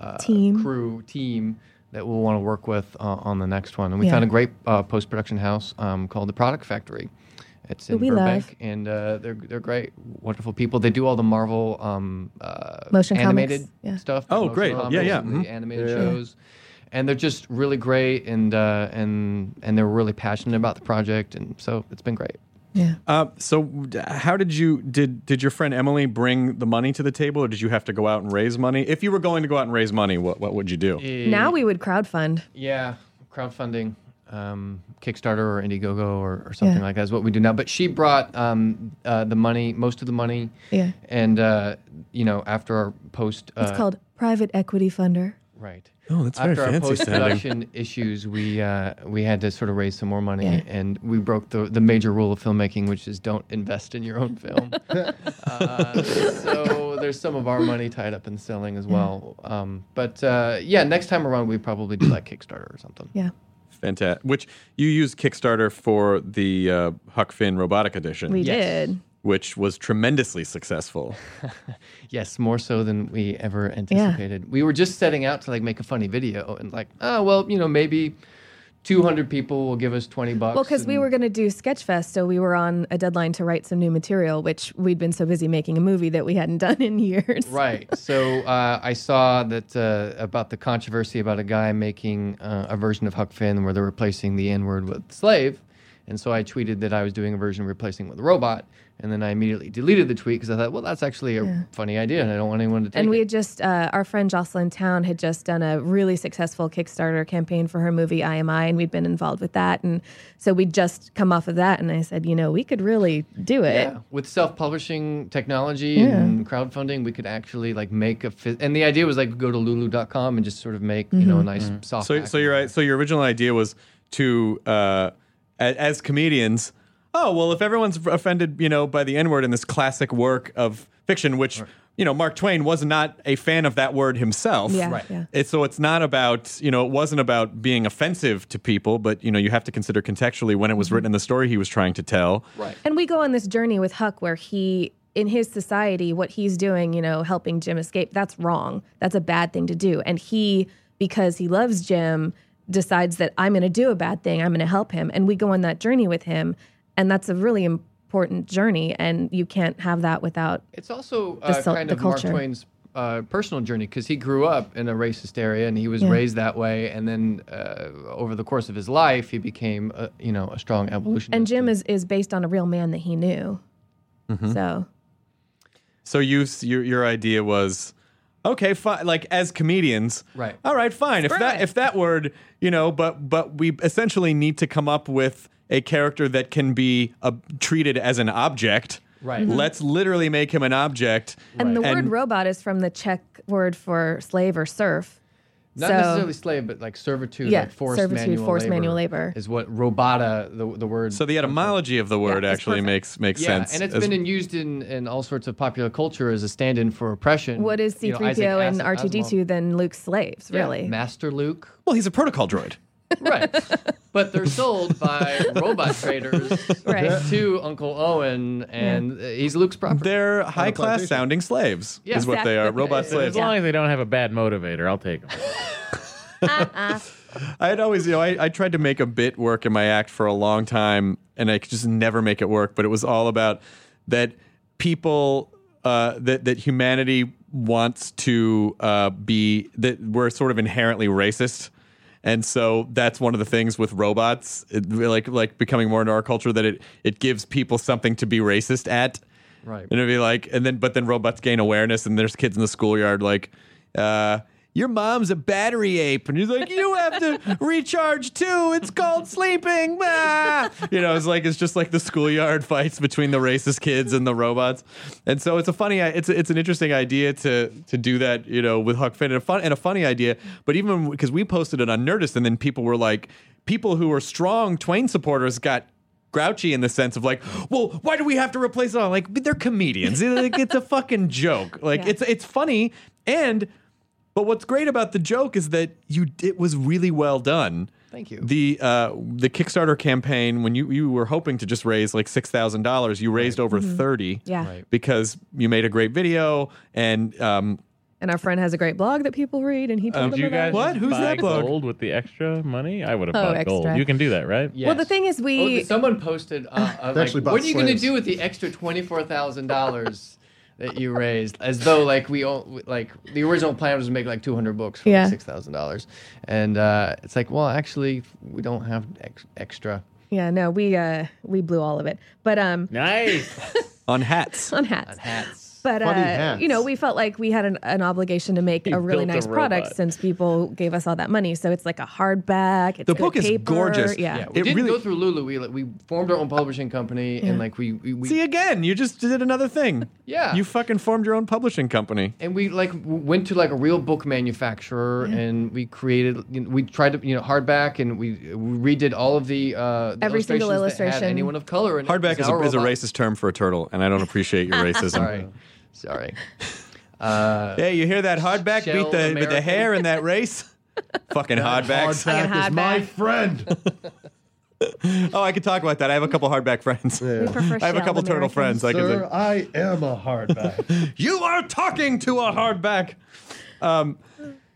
Speaker 6: uh,
Speaker 4: Team.
Speaker 6: crew team that we'll want to work with uh, on the next one. And we
Speaker 4: Yeah.
Speaker 6: found a great uh, post production house um, called the Product Factory. It's in
Speaker 4: Who we love.
Speaker 6: Burbank, and uh, they're they're great, wonderful people. They do all the Marvel um, uh,
Speaker 4: Motion comics,
Speaker 6: animated
Speaker 4: yeah.
Speaker 6: stuff.
Speaker 1: Oh,
Speaker 6: motion
Speaker 1: great.
Speaker 6: comics
Speaker 1: Yeah, yeah,
Speaker 6: and
Speaker 1: mhm.
Speaker 6: The animated shows, and they're just really great, and uh, and and they're really passionate about the project, and so it's been great.
Speaker 4: yeah
Speaker 1: uh, so d- how did you did did your friend Emily bring the money to the table or did you have to go out and raise money? If you were going to go out and raise money, what what would you do?
Speaker 6: Eh.
Speaker 4: Now we would crowdfund.
Speaker 6: Yeah, crowdfunding, um, Kickstarter or Indiegogo or, or something
Speaker 4: Yeah.
Speaker 6: like that is what we do now. But she brought um, uh, the money, most of the money.
Speaker 4: Yeah.
Speaker 6: And, uh, you know, after our post. Uh,
Speaker 4: It's called private equity funder.
Speaker 6: Right.
Speaker 1: Oh, that's very
Speaker 6: After our
Speaker 1: fancy
Speaker 6: post
Speaker 1: sounding.
Speaker 6: production issues, we uh, we had to sort of raise some more money,
Speaker 4: Yeah.
Speaker 6: and we broke the the major rule of filmmaking, which is don't invest in your own film. uh, so there's some of our money tied up in selling as well. Um, but uh, yeah, next time around, we probably do like Kickstarter or something.
Speaker 4: Yeah.
Speaker 1: Fantastic. Which you used Kickstarter for the uh, Huck Finn robotic edition,
Speaker 4: We
Speaker 6: Yes.
Speaker 4: did.
Speaker 1: which was tremendously successful.
Speaker 6: Yes, more so than we ever anticipated. We were just setting out to like make a funny video and like, oh well, you know, maybe 200 people will give us 20 bucks.
Speaker 4: Well, because we
Speaker 6: and-
Speaker 4: were going to do Sketchfest, so we were on a deadline to write some new material, which we'd been so busy making a movie that we hadn't done in years.
Speaker 6: Right. So uh, I saw that uh, about the controversy about a guy making uh, a version of Huck Finn where they're replacing the N word with slave. And so I tweeted that I was doing a version replacing with a robot. And then I immediately deleted the tweet because I thought, well, that's actually a funny idea and I don't want anyone to take
Speaker 4: And we
Speaker 6: it.
Speaker 4: had just, uh, our friend Jocelyn Town had just done a really successful Kickstarter campaign for her movie IMI, and we'd been involved with that. And so we'd just come off of that, and I said, you know, we could really do it.
Speaker 6: Yeah, with self-publishing technology and crowdfunding, we could actually like make a. Phys- and the idea was like go to Lulu.com and just sort of make you
Speaker 4: Mm-hmm.
Speaker 6: know a nice
Speaker 1: Mm-hmm.
Speaker 6: soft.
Speaker 1: So,
Speaker 6: pack.
Speaker 1: so your so your original idea was to uh, as, as comedians. Oh well, if everyone's offended, you know, by the N word in this classic work of fiction, which you know Mark Twain was not a fan of that word himself.
Speaker 4: Yeah, Right. yeah.
Speaker 1: It's, so it's not about you know it wasn't about being offensive to people, but you know you have to consider contextually when it
Speaker 4: Mm-hmm.
Speaker 1: was written in the story he was trying to tell. Right.
Speaker 4: And we go on this journey with Huck where he, in his society, what he's doing, you know, helping Jim escape, that's wrong. That's a bad thing to do. And he, because he loves Jim, decides that I'm going to do a bad thing, I'm going to help him. And we go on that journey with him. And that's a really important journey. And you can't have that without,
Speaker 6: it's also
Speaker 4: the
Speaker 6: uh,
Speaker 4: sul-
Speaker 6: kind
Speaker 4: the
Speaker 6: of Mark
Speaker 4: culture.
Speaker 6: Twain's uh, personal journey because he grew up in a racist area and he was raised that way, and then uh, over the course of his life, he became a, you know a strong evolutionist.
Speaker 4: And Jim is, is based on a real man that he knew.
Speaker 6: Mm-hmm.
Speaker 4: So
Speaker 1: So you s- your your idea was okay, fine. Like as comedians,
Speaker 6: Right.
Speaker 1: All right, fine. if that if that word, you know, but but we essentially need to come up with a character that can be uh, treated as an object.
Speaker 6: Right. Mhm.
Speaker 1: Let's literally make him an object.
Speaker 4: Mm-hmm. And the
Speaker 1: Right.
Speaker 4: word
Speaker 1: And-
Speaker 4: robot is from the Czech word for slave or serf.
Speaker 6: not
Speaker 4: so,
Speaker 6: necessarily slave, but like servitude,
Speaker 4: Yeah,
Speaker 6: like forced
Speaker 4: servitude,
Speaker 6: manual
Speaker 4: forced
Speaker 6: labor
Speaker 4: manual labor.
Speaker 6: is what robota the the word.
Speaker 1: So the etymology of the word actually makes makes
Speaker 6: yeah,
Speaker 1: sense.
Speaker 6: and it's
Speaker 1: as-
Speaker 6: been in, used in, in all sorts of popular culture as a stand-in for oppression.
Speaker 4: What is
Speaker 6: Mm-hmm. You know,
Speaker 4: C3PO
Speaker 6: Isaac
Speaker 4: and
Speaker 6: Asimov-
Speaker 4: R2D2 than Luke's slaves,
Speaker 6: Yeah,
Speaker 4: really?
Speaker 6: Master Luke.
Speaker 1: well, he's a protocol droid.
Speaker 6: Right. but they're sold by robot traders
Speaker 4: Right.
Speaker 6: to Uncle Owen, and uh, he's Luke's property.
Speaker 1: They're high class
Speaker 7: plantation.
Speaker 1: sounding slaves.
Speaker 6: Yeah.
Speaker 1: is what they are.
Speaker 4: Exactly.
Speaker 1: Robot slaves.
Speaker 5: As long as they don't have a bad motivator, I'll take them.
Speaker 1: I had always, you know, I, I tried to make a bit work in my act for a long time, and I could just never make it work. But it was all about that people uh, that that humanity wants to uh, be that we're sort of inherently racist. And so that's one of the things with robots, it- like like becoming more into our culture, that it, it gives people something to be racist at.
Speaker 6: Right.
Speaker 1: And it'd be like, and then, but then robots gain awareness, and there's kids in the schoolyard like, uh, your mom's a battery ape. And he's like, you have to recharge too. It's called sleeping. Ah. You know, it's like, it's just like the schoolyard fights between the racist kids and the robots. And so it's a funny, it's, it's an interesting idea to, to do that, you know, with Huck Finn and a fun, and a funny idea. But even because we posted it on Nerdist, and then people were like, people who were strong Twain supporters got grouchy in the sense of like, well, why do we have to replace it all? Like they're comedians. It- like, it's a fucking joke. Like
Speaker 4: Yeah.
Speaker 1: it's it's funny and but what's great about the joke is that you it was really well done.
Speaker 6: Thank you.
Speaker 1: The uh, the Kickstarter campaign when you you were hoping to just raise like six thousand dollars, you raised over thirty.
Speaker 4: Yeah. Right.
Speaker 1: Because you made a great video and um,
Speaker 4: And our friend has a great blog that people read, and he
Speaker 6: Um,
Speaker 4: told
Speaker 5: Did
Speaker 4: them
Speaker 5: you
Speaker 4: about
Speaker 5: guys
Speaker 4: it.
Speaker 1: What?
Speaker 5: just
Speaker 1: Who's
Speaker 5: buy
Speaker 1: that bloke?
Speaker 5: gold with the extra money? I would have
Speaker 4: Oh,
Speaker 5: bought gold.
Speaker 4: extra.
Speaker 5: You can do that, right?
Speaker 6: Yes.
Speaker 4: Well, the thing is,
Speaker 6: Oh,
Speaker 4: we.
Speaker 6: someone posted. Uh, uh,
Speaker 7: They
Speaker 6: like,
Speaker 7: actually bought
Speaker 6: what are you going to
Speaker 7: slaves.
Speaker 6: do with the extra twenty-four thousand dollars that you raised? As though like we all like the original plan was to make like two hundred books for
Speaker 4: Yeah.
Speaker 6: like six thousand dollars, and uh, it's like, well, actually, we don't have ex- extra.
Speaker 4: yeah, no, we uh, we blew all of it, but um,
Speaker 5: Nice.
Speaker 1: on hats.
Speaker 4: on hats.
Speaker 6: Hats.
Speaker 4: But
Speaker 7: Funny
Speaker 4: uh,
Speaker 7: hats.
Speaker 4: you know, we felt like we had an, an obligation to make a really
Speaker 5: built a
Speaker 4: nice product
Speaker 5: robot.
Speaker 4: since people gave us all that money. So it's like a hardback. It's
Speaker 1: The
Speaker 4: good
Speaker 1: book is
Speaker 4: paper.
Speaker 1: gorgeous.
Speaker 4: Yeah.
Speaker 6: Yeah, we
Speaker 1: It
Speaker 6: didn't
Speaker 1: really-
Speaker 6: go through Lulu. We like, we formed our own publishing company, and like we we, we
Speaker 1: See again, you just did another thing.
Speaker 6: Yeah.
Speaker 1: You fucking formed your own publishing company.
Speaker 6: and we like w- went to like a real book manufacturer and we created you know, we tried to you know hardback and we, we redid all of the uh the
Speaker 4: Every single
Speaker 6: illustrations that had
Speaker 4: illustration.
Speaker 6: anyone of color in it,
Speaker 1: Hardback is
Speaker 6: because
Speaker 1: a,
Speaker 6: our
Speaker 1: is a
Speaker 6: robot-
Speaker 1: racist term for a turtle, and I don't appreciate your racism.
Speaker 6: sorry sorry uh
Speaker 1: Hey, you hear that hardback
Speaker 6: Shell
Speaker 1: beat the, with the
Speaker 6: American.
Speaker 1: hair in that race? Fucking hardbacks.
Speaker 7: Hardback
Speaker 4: Fucking
Speaker 7: is my
Speaker 4: hardback.
Speaker 7: friend.
Speaker 1: Oh, I could talk about that. I have a couple hardback friends.
Speaker 7: We
Speaker 4: prefer
Speaker 1: I have a
Speaker 4: shell
Speaker 1: couple turtle
Speaker 4: Americans.
Speaker 1: friends. I
Speaker 7: Sir,
Speaker 1: can.
Speaker 7: I am a hardback.
Speaker 1: You are talking to a hardback. Um,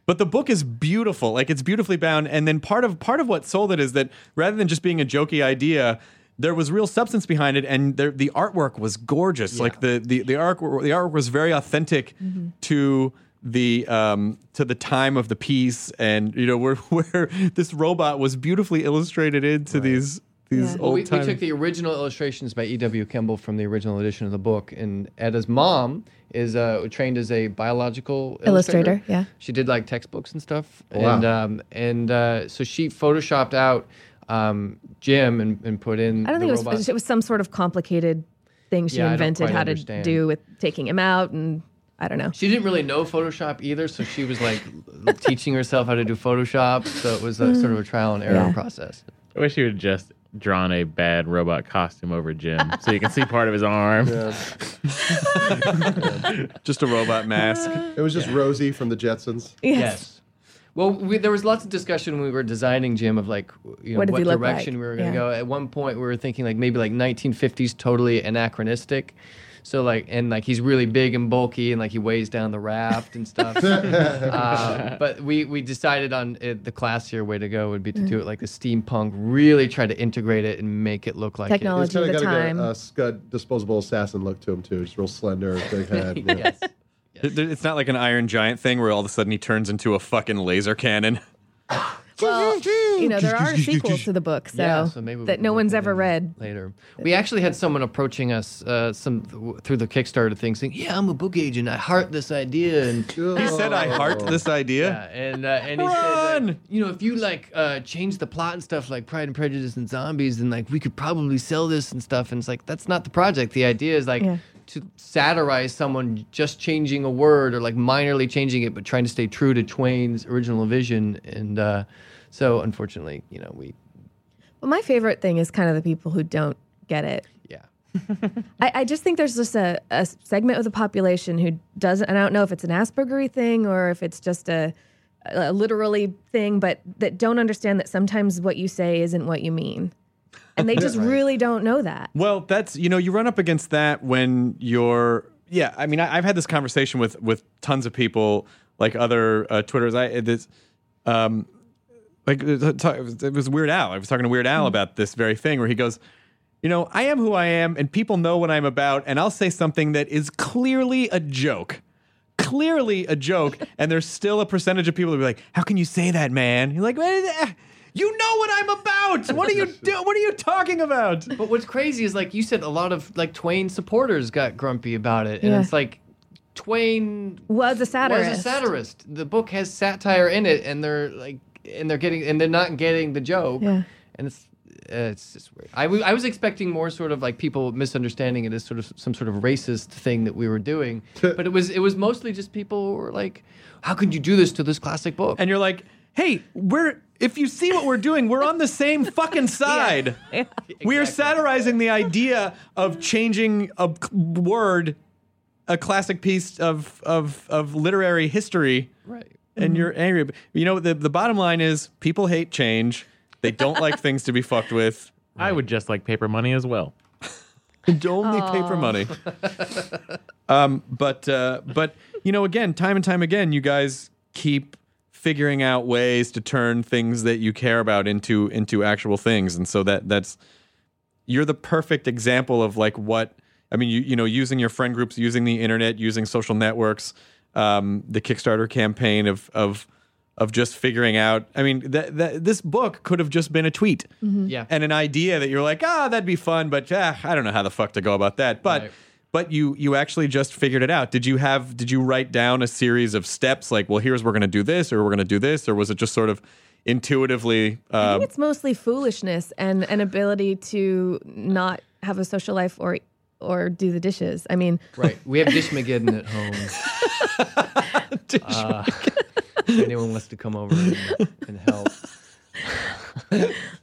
Speaker 1: but the book is beautiful. Like it's beautifully bound. And then part of part of what sold it is that rather than just being a jokey idea, there was real substance behind it, and there, the artwork was gorgeous. Like the the the artwork the artwork was very authentic to the um to the time of the piece, and you know where where this robot was beautifully illustrated into these these
Speaker 4: Yeah.
Speaker 1: old
Speaker 6: we, we
Speaker 1: time.
Speaker 6: took the original illustrations by E.W. Kimball from the original edition of the book, and Edda's mom is uh, trained as a biological illustrator.
Speaker 4: Illustrator, yeah.
Speaker 6: she did like textbooks and stuff,
Speaker 1: Oh,
Speaker 7: Wow.
Speaker 6: and um, and uh, so she photoshopped out um, Jim and, and put in.
Speaker 4: I don't
Speaker 6: the
Speaker 4: think it
Speaker 6: robot.
Speaker 4: was. It was some sort of complicated thing she
Speaker 6: Yeah, I don't
Speaker 4: invented
Speaker 6: quite
Speaker 4: how
Speaker 6: understand.
Speaker 4: to do with taking him out, and I don't know.
Speaker 6: She didn't really know Photoshop either, so she was like teaching herself how to do Photoshop. So it was a, sort of a trial and error
Speaker 4: Yeah.
Speaker 6: process.
Speaker 5: I wish you would just drawn a bad robot costume over Jim so you can see part of his arm.
Speaker 1: just a robot mask.
Speaker 7: it was just Rosie from the Jetsons.
Speaker 6: Yes. Well, we, there was lots of discussion when we were designing Jim of like, w- you know,
Speaker 4: What
Speaker 6: what,
Speaker 4: did he look
Speaker 6: direction
Speaker 4: like?
Speaker 6: we were going
Speaker 4: Yeah.
Speaker 6: to go. At one point, we were thinking like maybe like 1950s, totally anachronistic. So like, and like he's really big and bulky, and like he weighs down the raft and stuff. uh, but we we decided on it, the classier way to go would be to do it like the steampunk, really try to integrate it and make it look like
Speaker 4: Technology.
Speaker 7: He's kind
Speaker 1: uh,
Speaker 7: of
Speaker 4: Technology of
Speaker 7: got a,
Speaker 4: the time.
Speaker 7: a scud disposable assassin look to him too. Just real slender, big head.
Speaker 6: It. Yes.
Speaker 1: It- there- It's not like an Iron Giant thing where all of a sudden he turns into a fucking laser cannon.
Speaker 4: Well, you know, there are sequels to the book, so,
Speaker 6: Yeah, so maybe we
Speaker 4: that
Speaker 6: can
Speaker 4: no
Speaker 6: look
Speaker 4: one's
Speaker 6: at
Speaker 4: ever
Speaker 6: them
Speaker 4: read.
Speaker 6: later. We actually had someone approaching us uh, some th- through the Kickstarter thing, saying, "Yeah, I'm a book agent. I heart this idea." And
Speaker 1: He said, "I heart this idea."
Speaker 6: Yeah, and uh, and he said,
Speaker 1: Run!
Speaker 6: like, you know, if you like uh, change the plot and stuff, like Pride and Prejudice and zombies, and like we could probably sell this and stuff. And it's like that's not the project. The idea is like
Speaker 4: Yeah.
Speaker 6: to satirize someone just changing a word or like minorly changing it, but trying to stay true to Twain's original vision. And uh, so, unfortunately, you know, we
Speaker 4: Well, my favorite thing is kind of the people who don't get it.
Speaker 6: yeah.
Speaker 4: I, I just think there's just a, a segment of the population who doesn't, and I don't know if it's an Aspergery thing or if it's just a, a literally thing, but that don't understand that sometimes what you say isn't what you mean. And they just really don't know that.
Speaker 1: Well, that's you know you run up against that when you're yeah. I mean, I, I've had this conversation with with tons of people, like other uh, Twitters. I this um like it was- it was Weird Al. I was talking to Weird Al about this very thing where he goes. You know, I am who I am, and people know what I'm about, and I'll say something that is clearly a joke. Clearly a joke, and there's still a percentage of people that be like, How can you say that, man? You're like, "Eh, You know what I'm about. What are you do- what are you talking about?
Speaker 6: But what's crazy is like you said, a lot of like Twain supporters got grumpy about it, and
Speaker 4: Yeah.
Speaker 6: it's like Twain
Speaker 4: Was a satirist.
Speaker 6: was a satirist. The book has satire in it, and they're like, and they're getting, and they're not getting the joke.
Speaker 4: Yeah.
Speaker 6: And it's, uh, it's just weird. I, w- I was expecting more sort of like people misunderstanding it as sort of some sort of racist thing that we were doing, but it was it was mostly just people were like, how could you do this to this classic book?
Speaker 1: and you're like, hey, we're if you see what we're doing, we're on the same fucking side. We are satirizing the idea of changing a c- word, a classic piece of of of literary history,
Speaker 6: right.
Speaker 1: and you're angry. But You know the the bottom line is people hate change. They don't like things to be fucked with.
Speaker 5: I would just like paper money as well.
Speaker 1: Only paper money. um, but uh, but you know, again, time and time again, you guys keep figuring out ways to turn things that you care about into into actual things, and so that that's you're the perfect example of like what I mean. You you know, using your friend groups, using the internet, using social networks, um, the Kickstarter campaign of of of just figuring out. I mean, that, that this book could have just been a tweet
Speaker 6: Yeah.
Speaker 1: and an idea that you're like, ah, that'd be fun, but ah, I don't know how the fuck to go about that. But
Speaker 6: Right.
Speaker 1: but you you actually just figured it out. Did you have did you write down a series of steps like, well, here's we're gonna do this or we're gonna do this, or was it just sort of intuitively?
Speaker 4: I
Speaker 1: Uh,
Speaker 4: think it's mostly foolishness and an ability to not have a social life or or do the dishes. I mean,
Speaker 6: Right. We have Dishmageddon at home. Uh, if anyone wants to come over and, and help.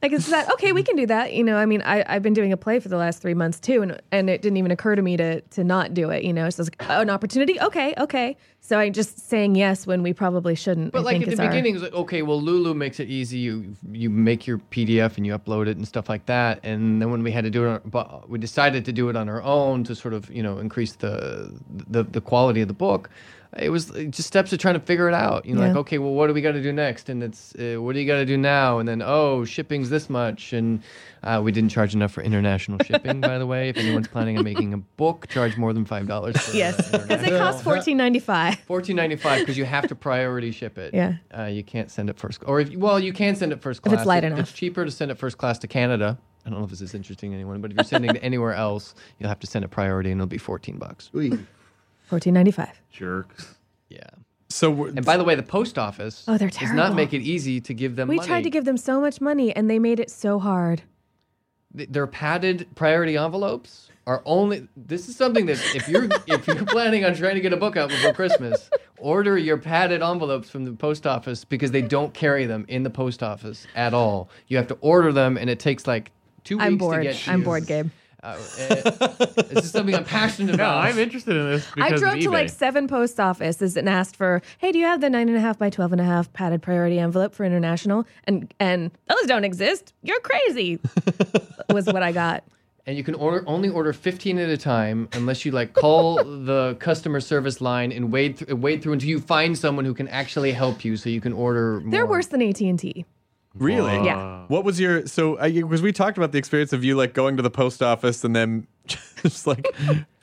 Speaker 4: like it's that okay we can do that you know i mean I, i've been doing a play for the last three months too and, and it didn't even occur to me to to not do it you know so it's like oh, an opportunity okay okay so i'm just saying yes when we probably shouldn't
Speaker 6: But
Speaker 4: I
Speaker 6: like
Speaker 4: think
Speaker 6: at the
Speaker 4: is our-
Speaker 6: beginning, it's like okay, well Lulu makes it easy. You you make your PDF and you upload it and stuff like that. And then when we had to do it, on, but we decided to do it on our own to sort of you know increase the the, the quality of the book. It was just steps of trying to figure it out. You know, like
Speaker 4: Yeah.
Speaker 6: okay, well what do we got to do next? And it's uh, what do you got to do now? And then oh, shipping's this much, and uh, we didn't charge enough for international shipping. by the way, if anyone's planning on making a book, charge more than five dollars.
Speaker 4: yes because it costs 14.95
Speaker 6: Fourteen ninety five because you have to priority ship it.
Speaker 4: Yeah.
Speaker 6: uh, you can't send it first, or if well, you can send it first class.
Speaker 4: it's light
Speaker 6: It-
Speaker 4: enough.
Speaker 6: it's cheaper to send it first class to Canada. I don't know if this is interesting to anyone, but if you're sending to anywhere else, you'll have to send it priority, and it'll be fourteen bucks.
Speaker 7: Wee.
Speaker 4: 14.95
Speaker 5: Jerks.
Speaker 6: Yeah.
Speaker 1: so we're-
Speaker 6: And by the way, the post office
Speaker 4: Oh, they're
Speaker 6: does not
Speaker 4: terrible.
Speaker 6: make it easy to give them.
Speaker 4: we
Speaker 6: money.
Speaker 4: tried to give them so much money and they made it so hard
Speaker 6: Th- Their padded priority envelopes are only. This is something that if you're if you're planning on trying to get a book out before Christmas, order your padded envelopes from the post office because they don't carry them in the post office at all. You have to order them, and it takes like two
Speaker 4: i'm
Speaker 6: weeks to
Speaker 4: bored
Speaker 6: get.
Speaker 4: i'm
Speaker 6: you.
Speaker 4: bored gabe
Speaker 6: Uh, eh, this is something I'm passionate
Speaker 5: No,
Speaker 6: about.
Speaker 5: I'm interested in this
Speaker 4: I
Speaker 5: because
Speaker 4: drove
Speaker 5: of
Speaker 4: to like
Speaker 5: eBay.
Speaker 4: seven post offices and asked for, hey, do you have the nine and a half by twelve and a half padded priority envelope for international? And and those don't exist. You're crazy. was what I got.
Speaker 6: and you can order only order 15 at a time unless you like call the customer service line and wade th- wade through until you find someone who can actually help you so you can order more.
Speaker 4: They're worse than AT and T.
Speaker 1: really,
Speaker 4: Yeah.
Speaker 1: What was your so because we talked about the experience of you like going to the post office and then just like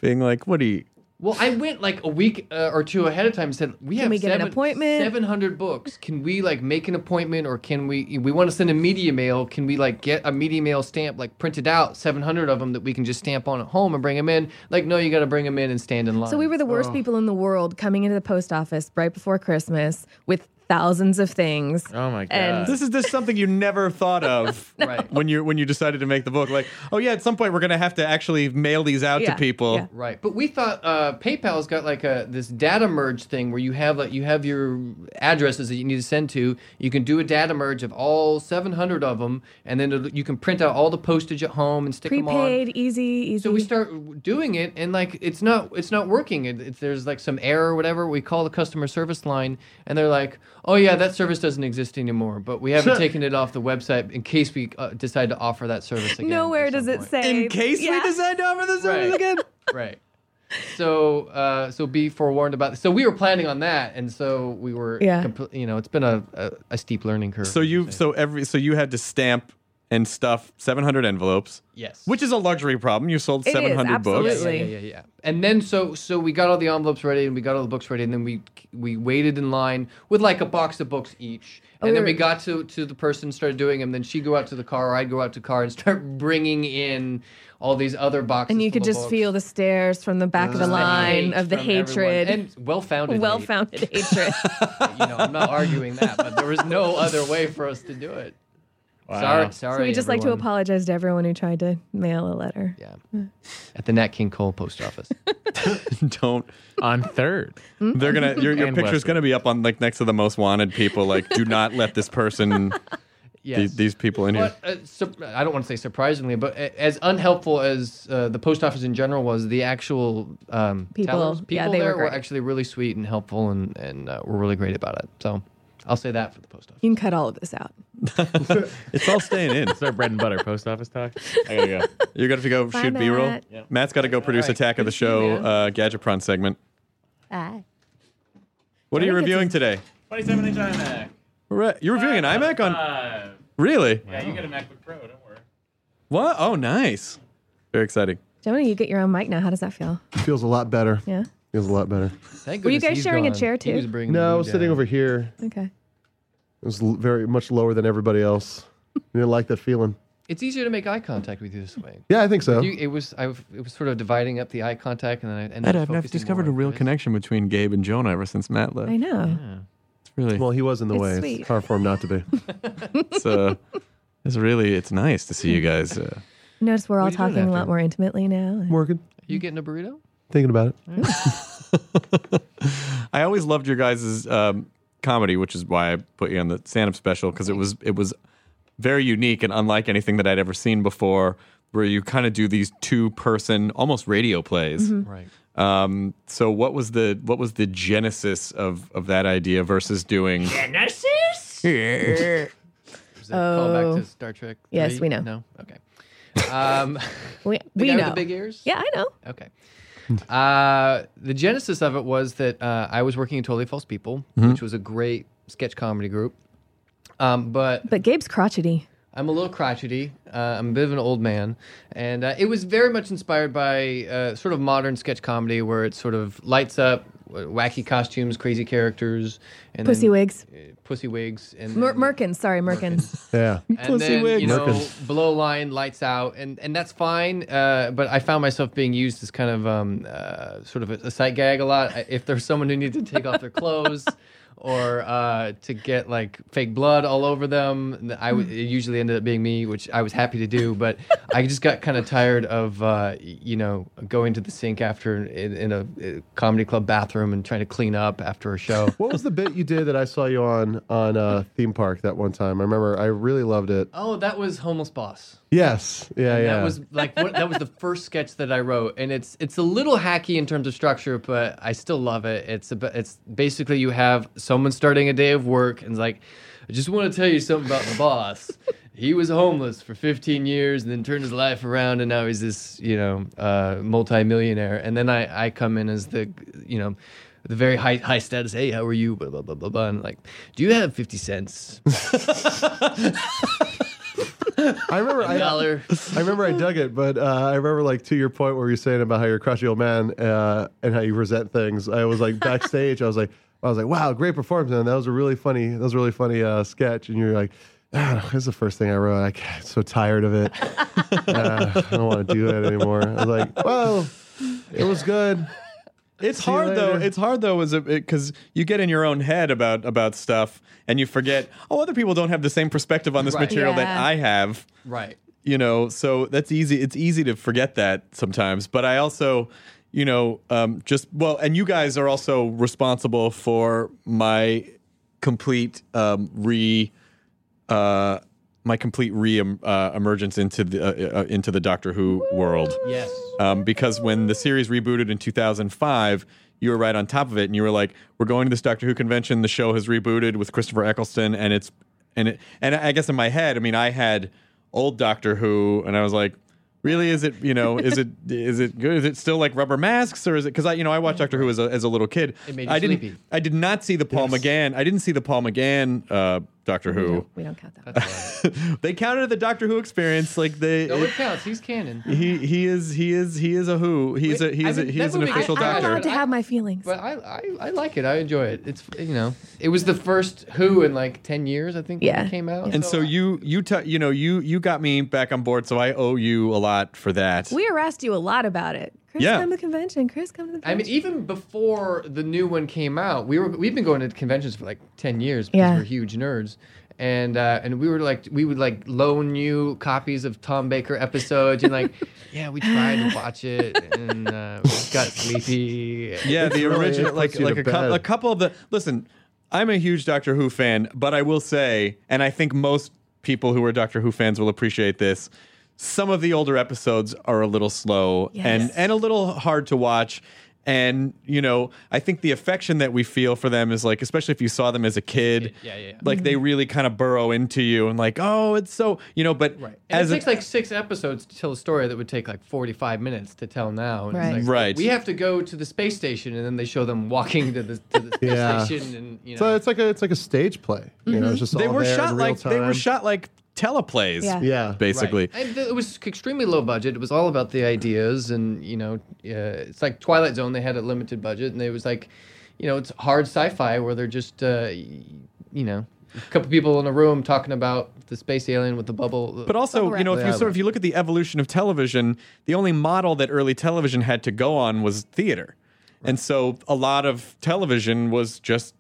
Speaker 1: being like, what do you
Speaker 6: Well, I went like a week uh, or two ahead of time and said, "We have
Speaker 4: we get an
Speaker 6: seven-
Speaker 4: appointment?"
Speaker 6: 700 books. Can we like make an appointment or can we we want to send a media mail? Can we like get a media mail stamp like printed out 700 of them that we can just stamp on at home and bring them in?" Like, "No, you got to bring them in and stand in line."
Speaker 4: So we were the worst people in the world coming into the post office right before Christmas with thousands of things.
Speaker 5: Oh my god.
Speaker 4: And-
Speaker 1: This is just something you never thought of
Speaker 6: Right.
Speaker 1: when you when you decided to make the book. Like, oh yeah, at some point we're gonna have to actually mail these out
Speaker 4: Yeah,
Speaker 1: to people.
Speaker 4: yeah.
Speaker 6: Right, but we thought uh, PayPal's got like a this data merge thing where you have like you have your addresses that you need to send to. You can do a data merge of all 700 of them, and then it'll- you can print out all the postage at home and stick them on.
Speaker 4: Prepaid, easy, easy.
Speaker 6: So we start doing it, and like it's not it's not working. It, it's, there's like some error, or whatever. We call the customer service line, and they're like, "Oh yeah, that service doesn't exist anymore, but we haven't taken it off the website in case we uh, decide to offer that service again."
Speaker 4: Nowhere
Speaker 6: at
Speaker 4: does
Speaker 6: some
Speaker 4: it
Speaker 6: point."
Speaker 4: say.
Speaker 1: In case
Speaker 4: Yeah.
Speaker 1: we decide to offer this service
Speaker 6: Right.
Speaker 1: again.
Speaker 6: right. So, uh, so be forewarned about. So we were planning on that, and so we were.
Speaker 4: Yeah.
Speaker 6: compl- you know, it's been a, a, a steep learning curve.
Speaker 1: So you so every so you had to stamp and stuff 700 envelopes,
Speaker 6: yes,
Speaker 1: which is a luxury problem. You sold
Speaker 4: It is,
Speaker 1: 700
Speaker 6: yeah,
Speaker 1: books.
Speaker 6: yeah,
Speaker 4: absolutely.
Speaker 6: yeah, yeah, yeah. And then so so we got all the envelopes ready, and we got all the books ready, and then we we waited in line with like a box of books each, and then we
Speaker 4: we're-
Speaker 6: got to to the person started doing them. Then she'd go out to the car, or I'd go out to the car and start bringing in all these other boxes.
Speaker 4: and you
Speaker 6: full
Speaker 4: could
Speaker 6: of
Speaker 4: just
Speaker 6: books.
Speaker 4: feel the stares from the back of the
Speaker 6: Just
Speaker 4: line
Speaker 6: hate
Speaker 4: of the
Speaker 6: from everyone.
Speaker 4: hatred.
Speaker 6: and well-founded. hate.
Speaker 4: well-founded hatred.
Speaker 6: you know, I'm not arguing that, but there was no other way for us to do it.
Speaker 5: Wow.
Speaker 6: Sorry,
Speaker 4: so
Speaker 6: sorry.
Speaker 4: we just like to
Speaker 6: everyone.
Speaker 4: apologize to everyone who tried to mail a letter.
Speaker 6: Yeah, at the Nat King Cole post office.
Speaker 1: Don't.
Speaker 5: on third.
Speaker 1: They're gonna your, your
Speaker 5: And
Speaker 1: picture's
Speaker 5: Western.
Speaker 1: gonna be up on like next to the most wanted people. Like, do not let this person
Speaker 6: Yes.
Speaker 1: these, these people in here.
Speaker 6: But uh, sur- I don't want to say surprisingly, but a- as unhelpful as uh, the post office in general was, the actual um,
Speaker 4: People,
Speaker 6: tellers- people
Speaker 4: yeah, they were
Speaker 6: there were,
Speaker 4: great.
Speaker 6: actually really sweet and helpful, and and uh, were really great about it. So I'll say that for the post office.
Speaker 4: You can cut all of this out.
Speaker 1: It's all staying in.
Speaker 5: It's our bread and butter post office talk. I gotta go.
Speaker 1: You're gonna have to go shoot B roll.
Speaker 4: Matt.
Speaker 1: Matt's got to go produce
Speaker 6: right.
Speaker 1: attack of the show uh, gadgetron segment.
Speaker 2: Bye.
Speaker 1: What are you
Speaker 4: think it's
Speaker 1: reviewing today?
Speaker 5: Twenty-seven inch iMac.
Speaker 1: Right. You're reviewing an iMac on
Speaker 5: Five.
Speaker 1: really?
Speaker 5: Uh, Yeah, you get a MacBook Pro. Don't worry.
Speaker 1: What? Oh, nice. Very exciting.
Speaker 4: Gemini, you get your own mic now. How does that feel?
Speaker 7: Feels a lot better.
Speaker 4: Yeah.
Speaker 7: Feels a lot better.
Speaker 6: Thank
Speaker 4: Were you
Speaker 6: goodness
Speaker 4: guys
Speaker 6: he's
Speaker 4: sharing a
Speaker 6: gone.
Speaker 4: chair,
Speaker 6: He
Speaker 4: too?
Speaker 6: was bringing the
Speaker 7: No, I
Speaker 6: mood
Speaker 7: was sitting
Speaker 5: uh,
Speaker 6: down.
Speaker 7: over here.
Speaker 4: Okay.
Speaker 7: It was l- very much lower than everybody else. I didn't like that feeling.
Speaker 6: It's easier to make eye contact with you this way.
Speaker 7: Yeah, I think so.
Speaker 6: You, it was I w- it was sort of dividing up the eye contact, and then I ended
Speaker 1: Ed,
Speaker 6: up
Speaker 1: I've never
Speaker 6: focusing
Speaker 1: discovered
Speaker 6: more
Speaker 1: a
Speaker 6: on
Speaker 1: real
Speaker 6: his.
Speaker 1: connection between Gabe and Jonah ever since Matt left.
Speaker 4: I know.
Speaker 1: It's really,
Speaker 7: well, he was in the
Speaker 4: It's
Speaker 7: way.
Speaker 4: sweet.
Speaker 7: It's hard for him not to be.
Speaker 1: it's, uh, it's really, it's nice to see you guys. Uh,
Speaker 4: Notice we're all
Speaker 6: What are you doing
Speaker 4: talking a lot
Speaker 6: after?
Speaker 4: more intimately now.
Speaker 7: Morgan,
Speaker 6: You getting a burrito?
Speaker 7: thinking about it.
Speaker 1: I always loved your guys' um, comedy, which is why I put you on the stand-up special because it was it was very unique and unlike anything that I'd ever seen before. Where you kind of do these two-person, almost radio plays.
Speaker 6: Right.
Speaker 1: Um, so, what was the what was the genesis of of that idea versus doing?
Speaker 6: Is that a callback
Speaker 4: Oh.
Speaker 6: to Star Trek?
Speaker 4: Yes,
Speaker 6: 3?
Speaker 4: we know.
Speaker 6: No. Okay. Um,
Speaker 4: We,
Speaker 6: the
Speaker 4: we
Speaker 6: guy
Speaker 4: know.
Speaker 6: with the big ears.
Speaker 4: yeah, I know.
Speaker 6: Okay. Uh, the genesis of it was that uh, I was working in Totally False People, which was a great sketch comedy group. Um, but
Speaker 4: But Gabe's crotchety.
Speaker 6: I'm a little crotchety. Uh, I'm a bit of an old man, and uh, it was very much inspired by uh, sort of modern sketch comedy, where it's sort of lights up, w- wacky costumes, crazy characters, and
Speaker 4: Pussy
Speaker 6: then,
Speaker 4: wigs.
Speaker 6: uh, pussy wigs, and
Speaker 4: Mer-
Speaker 6: then-
Speaker 4: Merkins. Sorry, Merkins.
Speaker 7: Yeah.
Speaker 6: and then,
Speaker 1: wigs.
Speaker 6: You know,
Speaker 7: Merkins.
Speaker 6: below line, lights out, and and that's fine. Uh, but I found myself being used as kind of um, uh, sort of a, a sight gag a lot. I- If there's someone who needed to take off their clothes. Or uh, to get like fake blood all over them, And I w- it usually ended up being me, which I was happy to do. But I just got kind of tired of uh, y- you know going to the sink after in, in a uh, comedy club bathroom and trying to clean up after a show.
Speaker 7: What was the bit you did that I saw you on on uh, theme park that one time? I remember I really loved it.
Speaker 6: oh, that was homeless boss.
Speaker 7: Yes. Yeah.
Speaker 6: And
Speaker 7: yeah.
Speaker 6: That was like what, that was the first sketch that I wrote, and it's it's a little hacky in terms of structure, but I still love it. It's a, it's basically you have someone starting a day of work and is like, I just want to tell you something about the boss. He was homeless for 15 years and then turned his life around, and now he's this you know uh, multi-millionaire. And then I I come in as the you know. The very high high status. Hey, how are you? Blah blah blah blah blah. And like, do you have fifty cents?
Speaker 7: I remember I,
Speaker 6: Dollar.
Speaker 7: I remember I dug it, but uh, I remember like to your point where you're saying about how you're a crotchety old man uh, and how you resent things. I was like backstage, I was like, I was like, wow, great performance, and that was a really funny, that was a really funny uh, sketch. And you're like, ah, this is the first thing I wrote. I am so tired of it. Uh, I don't want to do that anymore. I was like, well, it was good.
Speaker 1: It's
Speaker 7: you
Speaker 1: hard though.
Speaker 7: later.
Speaker 1: It's hard though, is because you get in your own head about about stuff, and you forget. Oh, other people don't have the same perspective on this
Speaker 6: Right.
Speaker 1: material that
Speaker 4: Yeah.
Speaker 1: I have.
Speaker 6: Right.
Speaker 1: You know, so that's easy. It's easy to forget that sometimes. But I also, you know, um, just well, and you guys are also responsible for my complete um, re. Uh, my complete re-emergence uh, emergence into the uh, uh, into the Doctor Who world
Speaker 6: Yes.
Speaker 1: um, because when the series rebooted in 2005, you were right on top of it, and you were like, "We're going to this Doctor Who convention. The show has rebooted with Christopher Eccleston, and it's and it and I guess in my head, I mean, I had old Doctor Who, and I was like." Really, is it you know? Is it is it good? Is it still like rubber masks, or is it because I you know I watched Doctor Who as a, as a little kid.
Speaker 6: It made you
Speaker 1: I didn't.
Speaker 6: sleepy.
Speaker 1: I did not see the Paul McGann. I didn't see the Paul McGann uh, Doctor
Speaker 4: We
Speaker 1: Who.
Speaker 4: don't, we don't count that.
Speaker 1: they counted the Doctor Who experience like they.
Speaker 6: No, Oh, it counts. He's canon.
Speaker 1: He he is he is he is a who. He's a
Speaker 6: Wait,
Speaker 1: he is
Speaker 6: I
Speaker 1: a,
Speaker 6: mean,
Speaker 1: he
Speaker 6: that
Speaker 1: is an
Speaker 6: would make-
Speaker 1: official
Speaker 6: I- I
Speaker 4: I'm
Speaker 1: doctor.
Speaker 4: allowed to have my feelings.
Speaker 6: But I, I, I like it. I enjoy it. It's you know, it was the first Who in like ten years, I think, when
Speaker 4: Yeah.
Speaker 6: it came out.
Speaker 1: and so you you t- you know you you got me back on board, so I owe you a lot for that.
Speaker 4: we harassed you a lot about it. Chris,
Speaker 1: Yeah.
Speaker 4: come to convention. Chris, come to the
Speaker 6: I mean,
Speaker 4: convention.
Speaker 6: even before the new one came out, we were we've been going to conventions for like ten years because
Speaker 4: Yeah.
Speaker 6: we're huge nerds, and uh, and we were like we would like loan you copies of Tom Baker episodes and like yeah we tried to watch it and uh, we just got sleepy.
Speaker 1: yeah, the
Speaker 7: really-
Speaker 1: original
Speaker 7: it
Speaker 1: like
Speaker 7: puts you
Speaker 1: like
Speaker 7: to
Speaker 1: a, cou-
Speaker 7: bed.
Speaker 1: a couple of the listen. I'm a huge Doctor Who fan, but I will say, and I think most people who are Doctor Who fans will appreciate this. Some of the older episodes are a little slow and and a little hard to watch. And you know, I think the affection that we feel for them is like, especially if you saw them as a kid,
Speaker 6: Yeah, yeah, Mm-hmm. yeah.
Speaker 1: like they really kind of burrow into you and like, oh, it's so you know. But
Speaker 6: Right. And
Speaker 1: as
Speaker 6: it
Speaker 1: a-
Speaker 6: takes like six episodes to tell a story that would take like 45 minutes to tell now. And it's
Speaker 4: Right.
Speaker 6: like,
Speaker 1: Right.
Speaker 6: We have to go to the space station, and then they show them walking to the, to the space
Speaker 7: Yeah.
Speaker 6: station. And, you know,
Speaker 7: So it's like a it's like a stage play. You know, it's just
Speaker 1: Mm-hmm. they
Speaker 7: all
Speaker 1: were
Speaker 7: there in
Speaker 1: shot
Speaker 7: real
Speaker 1: like they were
Speaker 7: time.
Speaker 1: shot like teleplays,
Speaker 4: Yeah.
Speaker 7: Yeah,
Speaker 1: basically.
Speaker 6: Right. And th- it was extremely low budget. It was all about the ideas, and you know, uh, it's like Twilight Zone. They had a limited budget, and it was like, you know, it's hard sci-fi where they're just, uh, y- you know, a couple people in a room talking about the space alien with the bubble.
Speaker 1: But also, you know, if you
Speaker 7: Yeah.
Speaker 1: sort of if you look at the evolution of television, the only model that early television had to go on was theater, and so a lot of television was just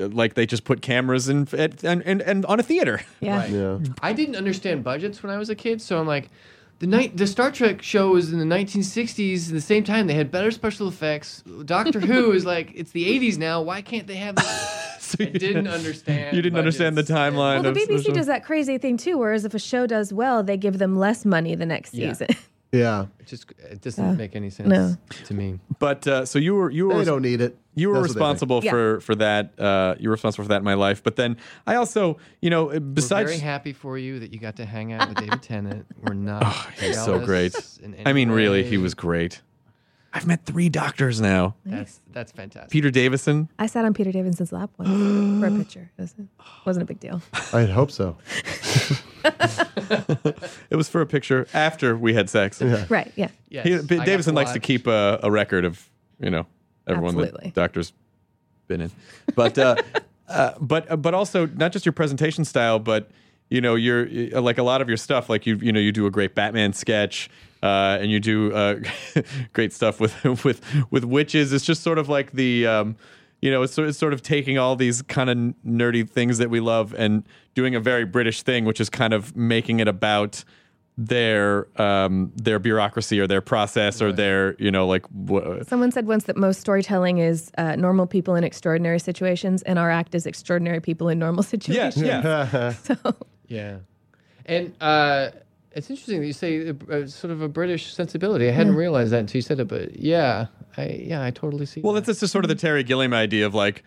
Speaker 1: uh, like they just put cameras in at, and, and and on a theater.
Speaker 4: yeah.
Speaker 7: yeah.
Speaker 6: I didn't understand budgets when I was a kid, so I'm like, the night the Star Trek show was in the 1960s. At the same time, they had better special effects. Doctor Who is like it's the 80s now. Why can't they have? This?
Speaker 1: So
Speaker 6: I
Speaker 1: you-
Speaker 6: didn't understand.
Speaker 1: You didn't understand the
Speaker 6: budgets.
Speaker 1: timeline.
Speaker 4: Well, the
Speaker 1: of
Speaker 4: BBC
Speaker 1: special-
Speaker 4: does that crazy thing too, whereas if a show does well, they give them less money the next
Speaker 6: Yeah.
Speaker 4: season.
Speaker 7: yeah.
Speaker 6: It just it doesn't make any sense
Speaker 4: no.
Speaker 6: to me.
Speaker 1: But uh, so you were you were
Speaker 7: They don't need it.
Speaker 1: you were
Speaker 7: That's what they think.
Speaker 1: responsible
Speaker 4: Yeah.
Speaker 1: for for that. Uh, you were responsible for that in my life. But then I also, you know,
Speaker 6: We're
Speaker 1: besides
Speaker 6: very happy for you that you got to hang out with David Tennant. We're not.
Speaker 1: Oh, He's so
Speaker 6: jealous
Speaker 1: great.
Speaker 6: in any
Speaker 1: I mean, really,
Speaker 6: way.
Speaker 1: he was great. I've met three doctors now.
Speaker 6: That's that's fantastic.
Speaker 1: Peter Davison.
Speaker 4: I sat on Peter Davidson's lap once for a picture. It wasn't, wasn't a big deal.
Speaker 7: I'd hope so.
Speaker 1: It was for a picture after we had sex.
Speaker 4: Right. Yeah.
Speaker 6: Yes,
Speaker 1: He,
Speaker 6: I got
Speaker 1: Davison likes to
Speaker 6: watch-
Speaker 1: keep a, a record of you know everyone
Speaker 4: Absolutely.
Speaker 1: that doctor's been in, but uh, uh, but uh, but also not just your presentation style, but you know your uh, like a lot of your stuff. Like you you know you do a great Batman sketch. Uh, and you do uh, great stuff with with with witches. It's just sort of like the um, you know it's sort, it's sort of taking all these kind of nerdy things that we love and doing a very British thing, which is kind of making it about their um their bureaucracy or their process or their you know like wha-
Speaker 4: Someone said once that most storytelling is uh, normal people in extraordinary situations, and our act is extraordinary people in normal
Speaker 1: yeah
Speaker 4: situations.
Speaker 1: yeah
Speaker 6: Yeah, and uh, it's interesting that you say uh, uh, sort of a British sensibility. I hadn't realized that until you said it, but yeah, I yeah I totally see.
Speaker 1: well
Speaker 6: that.
Speaker 1: that's that's just sort of the terry gilliam idea of like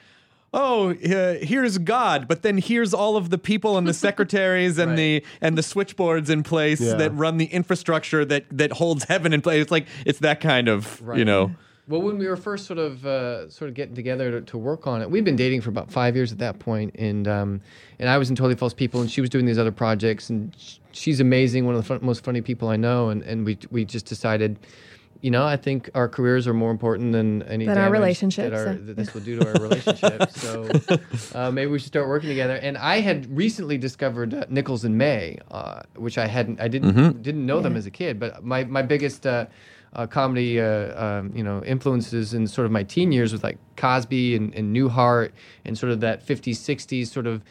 Speaker 1: oh uh, here's god but then here's all of the people and the secretaries and the and the switchboards in place
Speaker 7: Yeah.
Speaker 1: that run the infrastructure that that holds heaven in place it's like it's that kind of you know
Speaker 6: Well, when we were first sort of uh, sort of getting together to, to work on it, we'd been dating for about five years at that point, and um, and I was in Totally False People, and she was doing these other projects, and sh- she's amazing, one of the fun, most funny people I know, and, and we we just decided, you know, I think our careers are more important than any
Speaker 4: Than our
Speaker 6: damage
Speaker 4: relationships, uh,
Speaker 6: that, our,
Speaker 4: yeah.
Speaker 6: that this will do to our relationship. so uh, maybe we should start working together. And I had recently discovered uh, Nichols and May, uh, which I hadn't, I didn't didn't know them as a kid, but my my biggest. Uh, uh, comedy, uh, um, you know, influences in sort of my teen years with like Cosby and, and Newhart and sort of that 50s, 60s sort of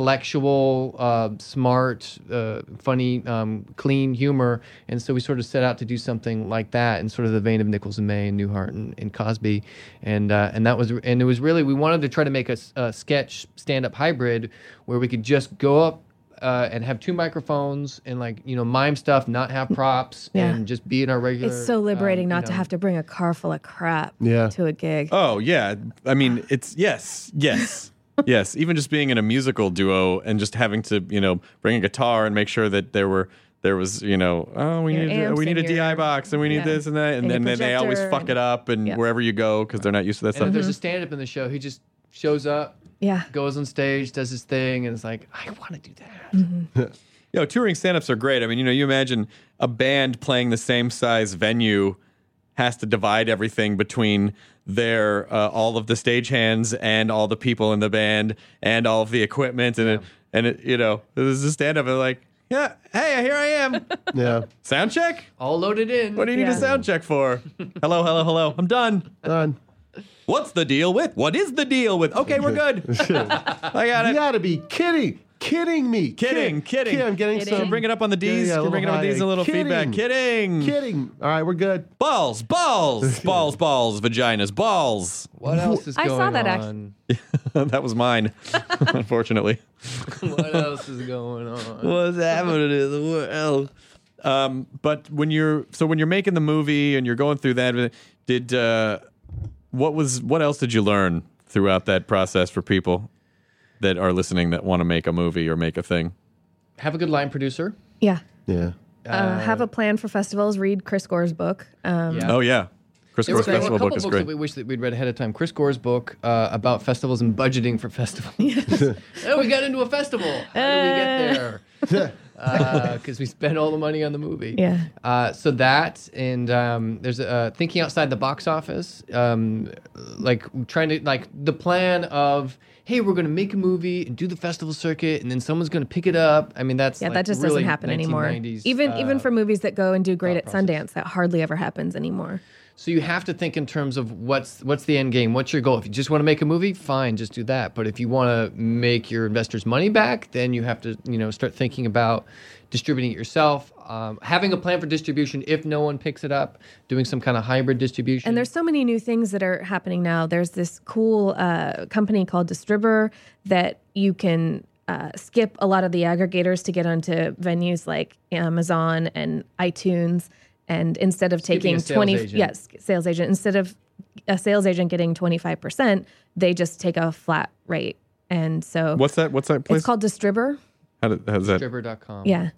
Speaker 6: intellectual, uh, smart, uh, funny, um, clean humor. And so we sort of set out to do something like that in sort of the vein of Nichols and May and Newhart and, and Cosby. And, uh, and that was, and it was really, we wanted to try to make a, s- a sketch stand up hybrid where we could just go up uh, and have two microphones and like, you know, mime stuff, not have props
Speaker 4: Yeah.
Speaker 6: and just be in our regular.
Speaker 4: It's so liberating
Speaker 6: um,
Speaker 4: not
Speaker 6: you
Speaker 4: to
Speaker 6: know.
Speaker 4: have to bring a car full of crap
Speaker 7: Yeah.
Speaker 4: to a gig.
Speaker 1: Oh yeah, I mean it's yes, yes, yes. Even just being in a musical duo and just having to you know bring a guitar and make sure that there were there was you know oh we
Speaker 4: Your
Speaker 1: need a,
Speaker 4: amps
Speaker 1: we need a
Speaker 4: and your-
Speaker 1: DI box and we need
Speaker 4: yeah.
Speaker 1: this and that and,
Speaker 4: And your
Speaker 1: then then they always
Speaker 4: projector
Speaker 1: fuck
Speaker 4: and-
Speaker 1: it up and
Speaker 4: Yeah.
Speaker 1: wherever you go because they're not used to that
Speaker 6: And if
Speaker 1: stuff.
Speaker 6: there's a stand up in the show, he just shows up,
Speaker 4: Yeah.
Speaker 6: goes on stage, does his thing, and it's like, I want to do that.
Speaker 4: Mm-hmm.
Speaker 1: You know, touring stand-ups are great. I mean, you know, you imagine a band playing the same size venue has to divide everything between their uh, all of the stagehands and all the people in the band and all of the equipment and it, and it, you know, there's a stand-up and like, yeah, hey, here I am.
Speaker 7: Yeah.
Speaker 1: sound check?
Speaker 6: All loaded in.
Speaker 1: What do you need
Speaker 4: Oh, Yeah.
Speaker 1: a sound check for? hello, hello, hello. I'm done.
Speaker 7: Done.
Speaker 1: What's the deal with? What is the deal with? Okay, we're good. I got
Speaker 7: You
Speaker 1: it.
Speaker 7: gotta be kidding, kidding me,
Speaker 1: Kidding, kidding.
Speaker 7: Yeah, I'm getting
Speaker 4: Kidding.
Speaker 7: some.
Speaker 1: Bring it up on the
Speaker 7: Yeah,
Speaker 1: D's. Can
Speaker 7: yeah, a
Speaker 1: we
Speaker 7: little
Speaker 1: bring it up on the D's and a little
Speaker 7: high.
Speaker 1: feedback. Kidding.
Speaker 7: Kidding. All right, we're good.
Speaker 1: Balls, balls, balls, balls, vaginas, balls.
Speaker 6: What else is
Speaker 4: I
Speaker 6: going
Speaker 4: saw that act-
Speaker 6: on?
Speaker 1: that was mine, unfortunately.
Speaker 6: what else is going on?
Speaker 1: What's happening in the world? Um, but when you're so when you're making the movie and you're going through that, did uh, what was what else did you learn throughout that process for people that are listening that want to make a movie or make a thing?
Speaker 6: Have a good line producer.
Speaker 4: Yeah.
Speaker 7: Yeah.
Speaker 4: Uh, have a plan for festivals. Read Chris Gore's book. Um,
Speaker 6: Yeah.
Speaker 1: Oh yeah, Chris
Speaker 6: There were,
Speaker 1: Gore's
Speaker 6: there were a
Speaker 1: festival
Speaker 6: couple
Speaker 1: book is
Speaker 6: books
Speaker 1: great.
Speaker 6: that we wish that we'd read ahead of time. Chris Gore's book uh, about festivals and budgeting for festivals. oh, we got into a festival. How
Speaker 4: Uh.
Speaker 6: do we get there? Because we spent all the money on the movie.
Speaker 4: Yeah.
Speaker 6: Uh, so that and um, there's uh, thinking outside the box office, um, like trying to like the plan of hey we're gonna make a movie and do the festival circuit and then someone's gonna pick it up. I mean that's
Speaker 4: yeah,
Speaker 6: like,
Speaker 4: that just
Speaker 6: really
Speaker 4: doesn't happen anymore.
Speaker 6: 1990s,
Speaker 4: Even even
Speaker 6: uh,
Speaker 4: for movies that go and do great
Speaker 6: thought
Speaker 4: at
Speaker 6: process.
Speaker 4: Sundance, that hardly ever happens anymore.
Speaker 6: So you have to think in terms of what's what's the end game, what's your goal. If you just want to make a movie, fine, just do that. But if you want to make your investors' money back, then you have to you know start thinking about distributing it yourself, um, having a plan for distribution if no one picks it up, doing some kind of hybrid distribution.
Speaker 4: And there's so many new things that are happening now. There's this cool uh, company called Distributor that you can uh, skip a lot of the aggregators to get onto venues like Amazon and iTunes. And instead of
Speaker 6: Skipping
Speaker 4: taking
Speaker 6: a sales
Speaker 4: 20,
Speaker 6: agent.
Speaker 4: yes, sales agent, instead of a sales agent getting 25%, they just take a flat rate. And so
Speaker 1: What's that? What's that place?
Speaker 4: it's called Distributor.
Speaker 1: How did, how's that?
Speaker 6: Stripper.com.
Speaker 4: Yeah.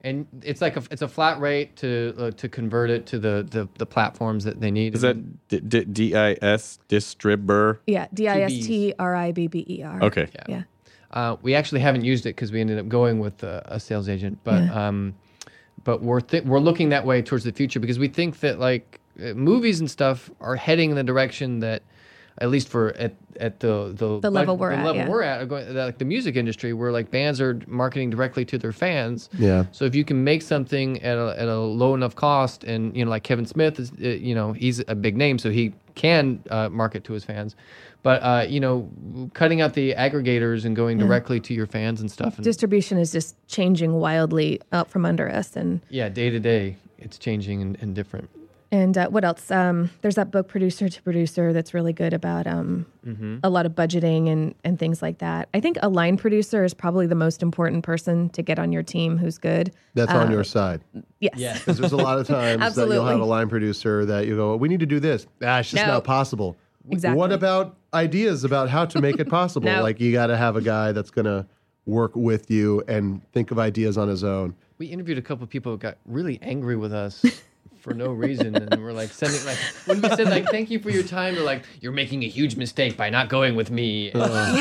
Speaker 6: and it's like a it's a flat rate to uh, to convert it to the, the the platforms that they need.
Speaker 1: Is that D- D- D-I-S, distribber?
Speaker 4: Yeah. D I S T R I B B E R.
Speaker 1: Okay.
Speaker 4: Yeah.
Speaker 6: Uh, we actually haven't used it because we ended up going with a, a sales agent, but um, but we're th- we're looking that way towards the future because we think that like uh, movies and stuff are heading in the direction that at least for at, at the the,
Speaker 4: The level we're
Speaker 6: the
Speaker 4: at,
Speaker 6: level
Speaker 4: yeah.
Speaker 6: we're at are going, that, like the music industry where like bands are marketing directly to their fans.
Speaker 7: Yeah.
Speaker 6: So if you can make something at a, at a low enough cost, and you know, like Kevin Smith is, uh, you know, he's a big name, so he can uh, market to his fans. But uh, you know, cutting out the aggregators and going directly to your fans and stuff, and
Speaker 4: Distribution is just changing wildly out from under us. And
Speaker 6: yeah, day to day, it's changing and, and different.
Speaker 4: And uh, what else? Um, there's that book, Producer to Producer, that's really good about um, a lot of budgeting and, and things like that. I think a line producer is probably the most important person to get on your team who's good.
Speaker 7: That's on your side.
Speaker 4: Yes.
Speaker 6: Yes.
Speaker 7: Because there's a lot of times that you'll
Speaker 4: Absolutely.
Speaker 7: have a line producer that you go, we need to do this. Ah, it's just
Speaker 4: No.
Speaker 7: not possible.
Speaker 4: Exactly.
Speaker 7: What about ideas about how to make it possible?
Speaker 4: No.
Speaker 7: Like you got to have a guy that's going to work with you and think of ideas on his own.
Speaker 6: We interviewed a couple of people who got really angry with us. for for no reason, and we're like sending like when we said like thank you for your time, they're like you're making a huge mistake by not going with me.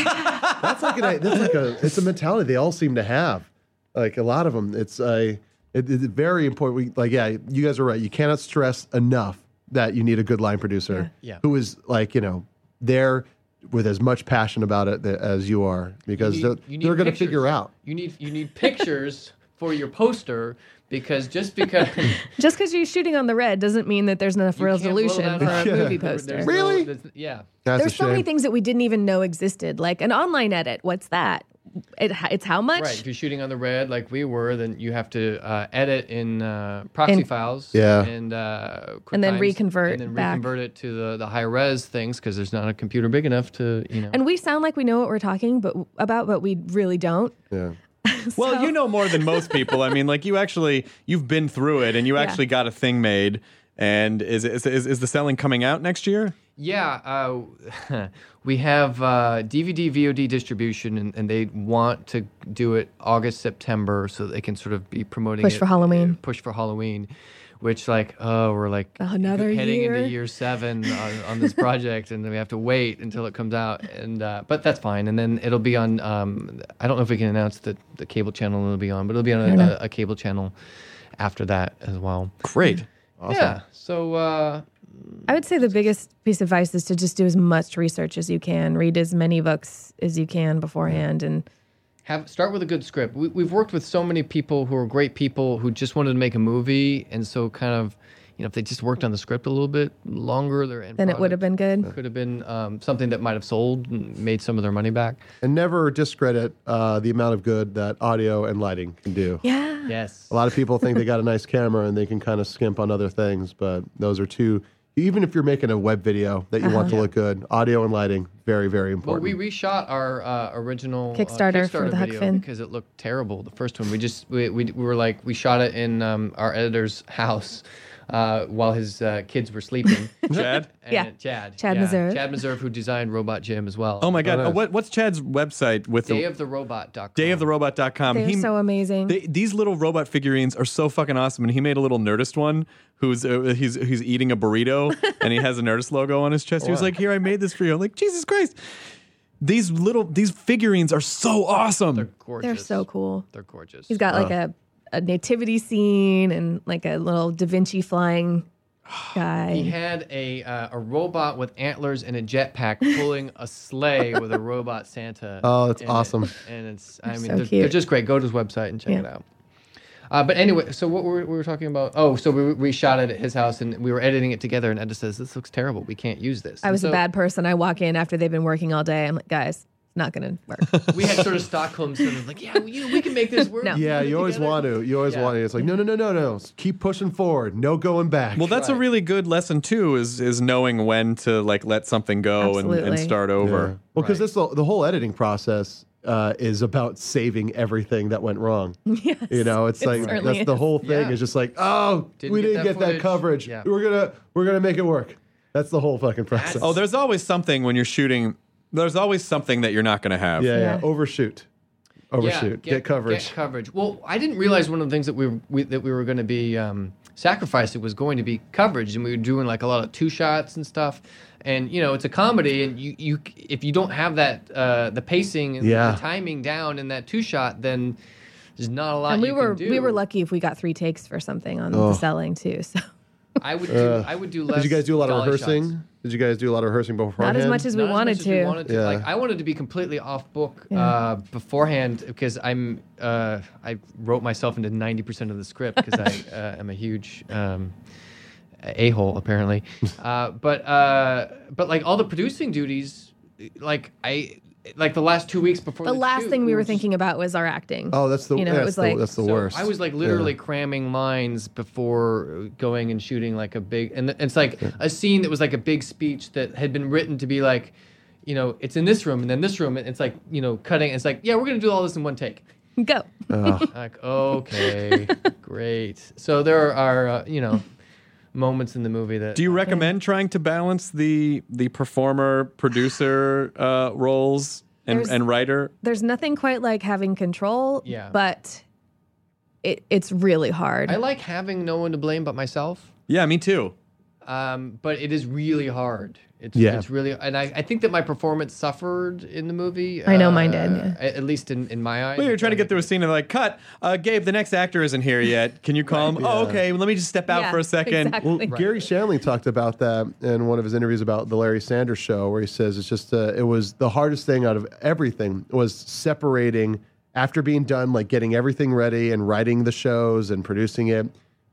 Speaker 7: That's like an, that's like a it's a mentality they all seem to have. Like a lot of them, it's a it, it's very important. We, like yeah, you guys are right. You cannot stress enough that you need a good line producer
Speaker 6: Yeah. Yeah.
Speaker 7: who is like you know there with as much passion about it tha- as you are because
Speaker 6: need-
Speaker 7: they're,
Speaker 6: you need
Speaker 7: they're going to
Speaker 6: pictures.
Speaker 7: figure out.
Speaker 6: You need you need pictures for your poster because just because
Speaker 4: Just because you're shooting on the red doesn't mean that there's enough
Speaker 6: you can't blow
Speaker 4: resolution
Speaker 6: that
Speaker 4: for
Speaker 6: up.
Speaker 4: a movie
Speaker 6: There's
Speaker 4: poster.
Speaker 6: no-
Speaker 7: Really?
Speaker 6: there's- yeah.
Speaker 7: That's
Speaker 4: There's
Speaker 7: a
Speaker 4: so
Speaker 7: shame.
Speaker 4: many things that we didn't even know existed, like an online edit. What's that? It, it's how much?
Speaker 6: Right. If you're shooting on the red like we were, then you have to uh, edit in uh, proxy
Speaker 4: In-
Speaker 6: files.
Speaker 7: Yeah.
Speaker 6: And uh,
Speaker 4: And then
Speaker 6: QuickTimes,
Speaker 4: reconvert
Speaker 6: And then
Speaker 4: back.
Speaker 6: reconvert it to the, the high res things because there's not a computer big enough to you know.
Speaker 4: And we sound like we know what we're talking but about, but we really don't.
Speaker 7: Yeah.
Speaker 1: Well, you know more than most people. I mean, like you actually you've been through it, and you actually got a thing made. And is is is, is the selling coming out next year?
Speaker 6: Yeah, uh, we have uh, DVD VOD distribution, and, and they want to do it August September, so they can sort of be promoting
Speaker 4: Push
Speaker 6: it-
Speaker 4: for Halloween.
Speaker 6: uh, Push for Halloween, which like oh we're like
Speaker 4: Another
Speaker 6: heading
Speaker 4: year.
Speaker 6: into year seven on, on this project, and then we have to wait until it comes out, and uh, but that's fine, and then it'll be on. Um, I don't know if we can announce the the cable channel it'll be on, but it'll be on a, a, a cable channel after that as well.
Speaker 1: Great.
Speaker 6: Yeah, so. Uh,
Speaker 4: I would say the biggest piece of advice is to just do as much research as you can, read as many books as you can beforehand, and then it would have been good.
Speaker 6: could have been um, something that might have sold and made some of their money back.
Speaker 7: And never discredit uh, the amount of good that audio and lighting can do.
Speaker 4: Yeah.
Speaker 6: Yes,
Speaker 7: A lot of people think they got a nice camera and they can kind of skimp on other things, but those are two. Even if you're making a web video that you want to
Speaker 4: Uh-huh.
Speaker 7: look good, audio and lighting very, very
Speaker 6: Well,
Speaker 7: important.
Speaker 6: we reshot our uh, original uh,
Speaker 4: Kickstarter for
Speaker 6: Kickstarter
Speaker 4: the Huck
Speaker 6: video
Speaker 4: Finn.
Speaker 6: because it looked terrible. The first one, we just we, we, we were like we shot it in um, our editor's house uh, while his uh, kids were sleeping.
Speaker 1: Chad.
Speaker 6: And
Speaker 4: Yeah.
Speaker 6: Chad.
Speaker 4: Chad
Speaker 6: yeah.
Speaker 4: Meserve.
Speaker 6: Chad Meserve, who designed Robot Jim as well.
Speaker 1: Oh my God. Uh, what what's Chad's website with the
Speaker 6: dayoftherobot.com.
Speaker 1: dayoftherobot.com.
Speaker 4: They're so amazing.
Speaker 1: They, these little robot figurines are so fucking awesome, and he made a little Nerdist one. Who's uh, he's he's eating a burrito, and he has a Nerdist logo on his chest. He was like, "Here, I made this for you." I'm like, Jesus Christ! These little these figurines are so awesome.
Speaker 6: gorgeous.
Speaker 4: They're so cool.
Speaker 6: They're uh, gorgeous.
Speaker 4: He's got like a, a nativity scene and like a little Da Vinci flying
Speaker 6: he
Speaker 4: guy.
Speaker 6: had a uh, a robot with antlers and a jetpack pulling a sleigh with a robot Santa.
Speaker 7: Oh, that's
Speaker 6: in it.
Speaker 7: awesome.
Speaker 6: And it's I mean
Speaker 4: so
Speaker 6: they're,
Speaker 4: cute.
Speaker 6: they're just great. Go to his website and check it out. Uh, but anyway, so what were we were talking about? Oh, so we we shot it at his house and we were editing it together. And Edda says, "This looks terrible. We can't use this."
Speaker 4: I
Speaker 6: And
Speaker 4: was
Speaker 6: so
Speaker 4: a bad person. I walk in after they've been working all day. I'm like, guys, it's not going to work.
Speaker 6: We had sort of Stockholm syndrome, like, "Yeah, well, you, we can make this work."
Speaker 4: No.
Speaker 7: yeah, you always want to. You always
Speaker 6: Yeah.
Speaker 7: want to. It's like, no, no, no, no, no. Keep pushing forward. No going back.
Speaker 1: Well, that's a
Speaker 6: Right.
Speaker 1: really good lesson too. Is is knowing when to like let something go and, and
Speaker 4: Absolutely.
Speaker 1: start
Speaker 7: Yeah.
Speaker 1: over.
Speaker 7: Well, because this the whole editing process uh, is about saving everything that went wrong.
Speaker 4: yes.
Speaker 7: You know, it's like
Speaker 4: certainly
Speaker 7: that's the
Speaker 4: is.
Speaker 7: whole thing
Speaker 6: Yeah.
Speaker 7: is just like, oh,
Speaker 6: Didn't
Speaker 7: we
Speaker 6: get
Speaker 7: didn't
Speaker 6: that
Speaker 7: get that,
Speaker 6: footage.
Speaker 7: coverage.
Speaker 6: Yeah.
Speaker 7: We're gonna we're gonna make it work. That's the whole fucking process.
Speaker 1: Oh, there's always something when you're shooting. There's always something that you're not going to have.
Speaker 7: yeah, yeah,
Speaker 4: Yeah.
Speaker 7: overshoot,
Speaker 6: Yeah,
Speaker 7: overshoot, get, coverage.
Speaker 6: Get coverage. Well, I didn't realize one of the things that we, were- we that we were going to be um, sacrificing was going to be coverage, and we were doing like a lot of two shots and stuff. And you know, it's a comedy, and you, you if you don't have that uh, the pacing and
Speaker 7: Yeah.
Speaker 6: the timing down in that two shot, then there's not a lot.
Speaker 4: And we
Speaker 6: you
Speaker 4: were
Speaker 6: can do.
Speaker 4: we were lucky if we got three takes for something on the selling too. So
Speaker 6: I would do. I would do less.
Speaker 7: Uh, Did you guys do a lot of
Speaker 6: dolly
Speaker 7: rehearsing?
Speaker 6: shots.
Speaker 7: Did you guys do a lot of rehearsing beforehand?
Speaker 4: not as much as we
Speaker 6: Not as
Speaker 4: wanted
Speaker 6: much as
Speaker 4: to.
Speaker 6: we wanted to.
Speaker 7: Yeah.
Speaker 6: Like I wanted to be completely off book uh, beforehand because I'm uh, I wrote myself into ninety percent of the script because I uh, am a huge um, a hole apparently. Uh, but uh, but like all the producing duties, like I like the last two weeks before
Speaker 4: the
Speaker 6: the
Speaker 4: last
Speaker 6: shoot,
Speaker 4: thing we were
Speaker 6: just-
Speaker 4: thinking about was our acting.
Speaker 7: Oh, that's the
Speaker 4: You know, it
Speaker 7: that's
Speaker 4: was
Speaker 7: the,
Speaker 4: like-
Speaker 7: that's the
Speaker 6: so
Speaker 7: worst.
Speaker 6: I was like literally cramming lines before going and shooting like a big, and it's like a scene that was like a big speech that had been written to be like, you know, it's in this room and then this room, and it's like you know, cutting. It's like yeah, we're gonna do all this in one take.
Speaker 4: Go.
Speaker 6: Like okay, great. So there are uh, you know moments in the movie that
Speaker 1: Do you recommend trying to balance the the performer producer uh, roles and,
Speaker 4: There's-
Speaker 1: and writer?
Speaker 4: There's nothing quite like having control.
Speaker 6: Yeah.
Speaker 4: But it, it's really hard.
Speaker 6: I like having no one to blame but myself.
Speaker 1: Yeah, me too.
Speaker 6: um, but it is really hard. It's,
Speaker 7: Yeah.
Speaker 6: it's really, and I, I think that my performance suffered in the movie.
Speaker 4: I know mine did, yeah.
Speaker 6: a- At least in, in my eyes.
Speaker 1: Well, you're trying to get through a scene and like, cut. Uh, Gabe, the next actor isn't here yet. Can you call him? Oh, okay. Let me just step out
Speaker 4: Yeah,
Speaker 1: for a second.
Speaker 4: exactly.
Speaker 7: Well, Gary Shanley talked about that in one of his interviews about the Larry Sanders Show, where he says it's just uh, it was the hardest thing out of everything was separating after being done, like getting everything ready and writing the shows and producing it,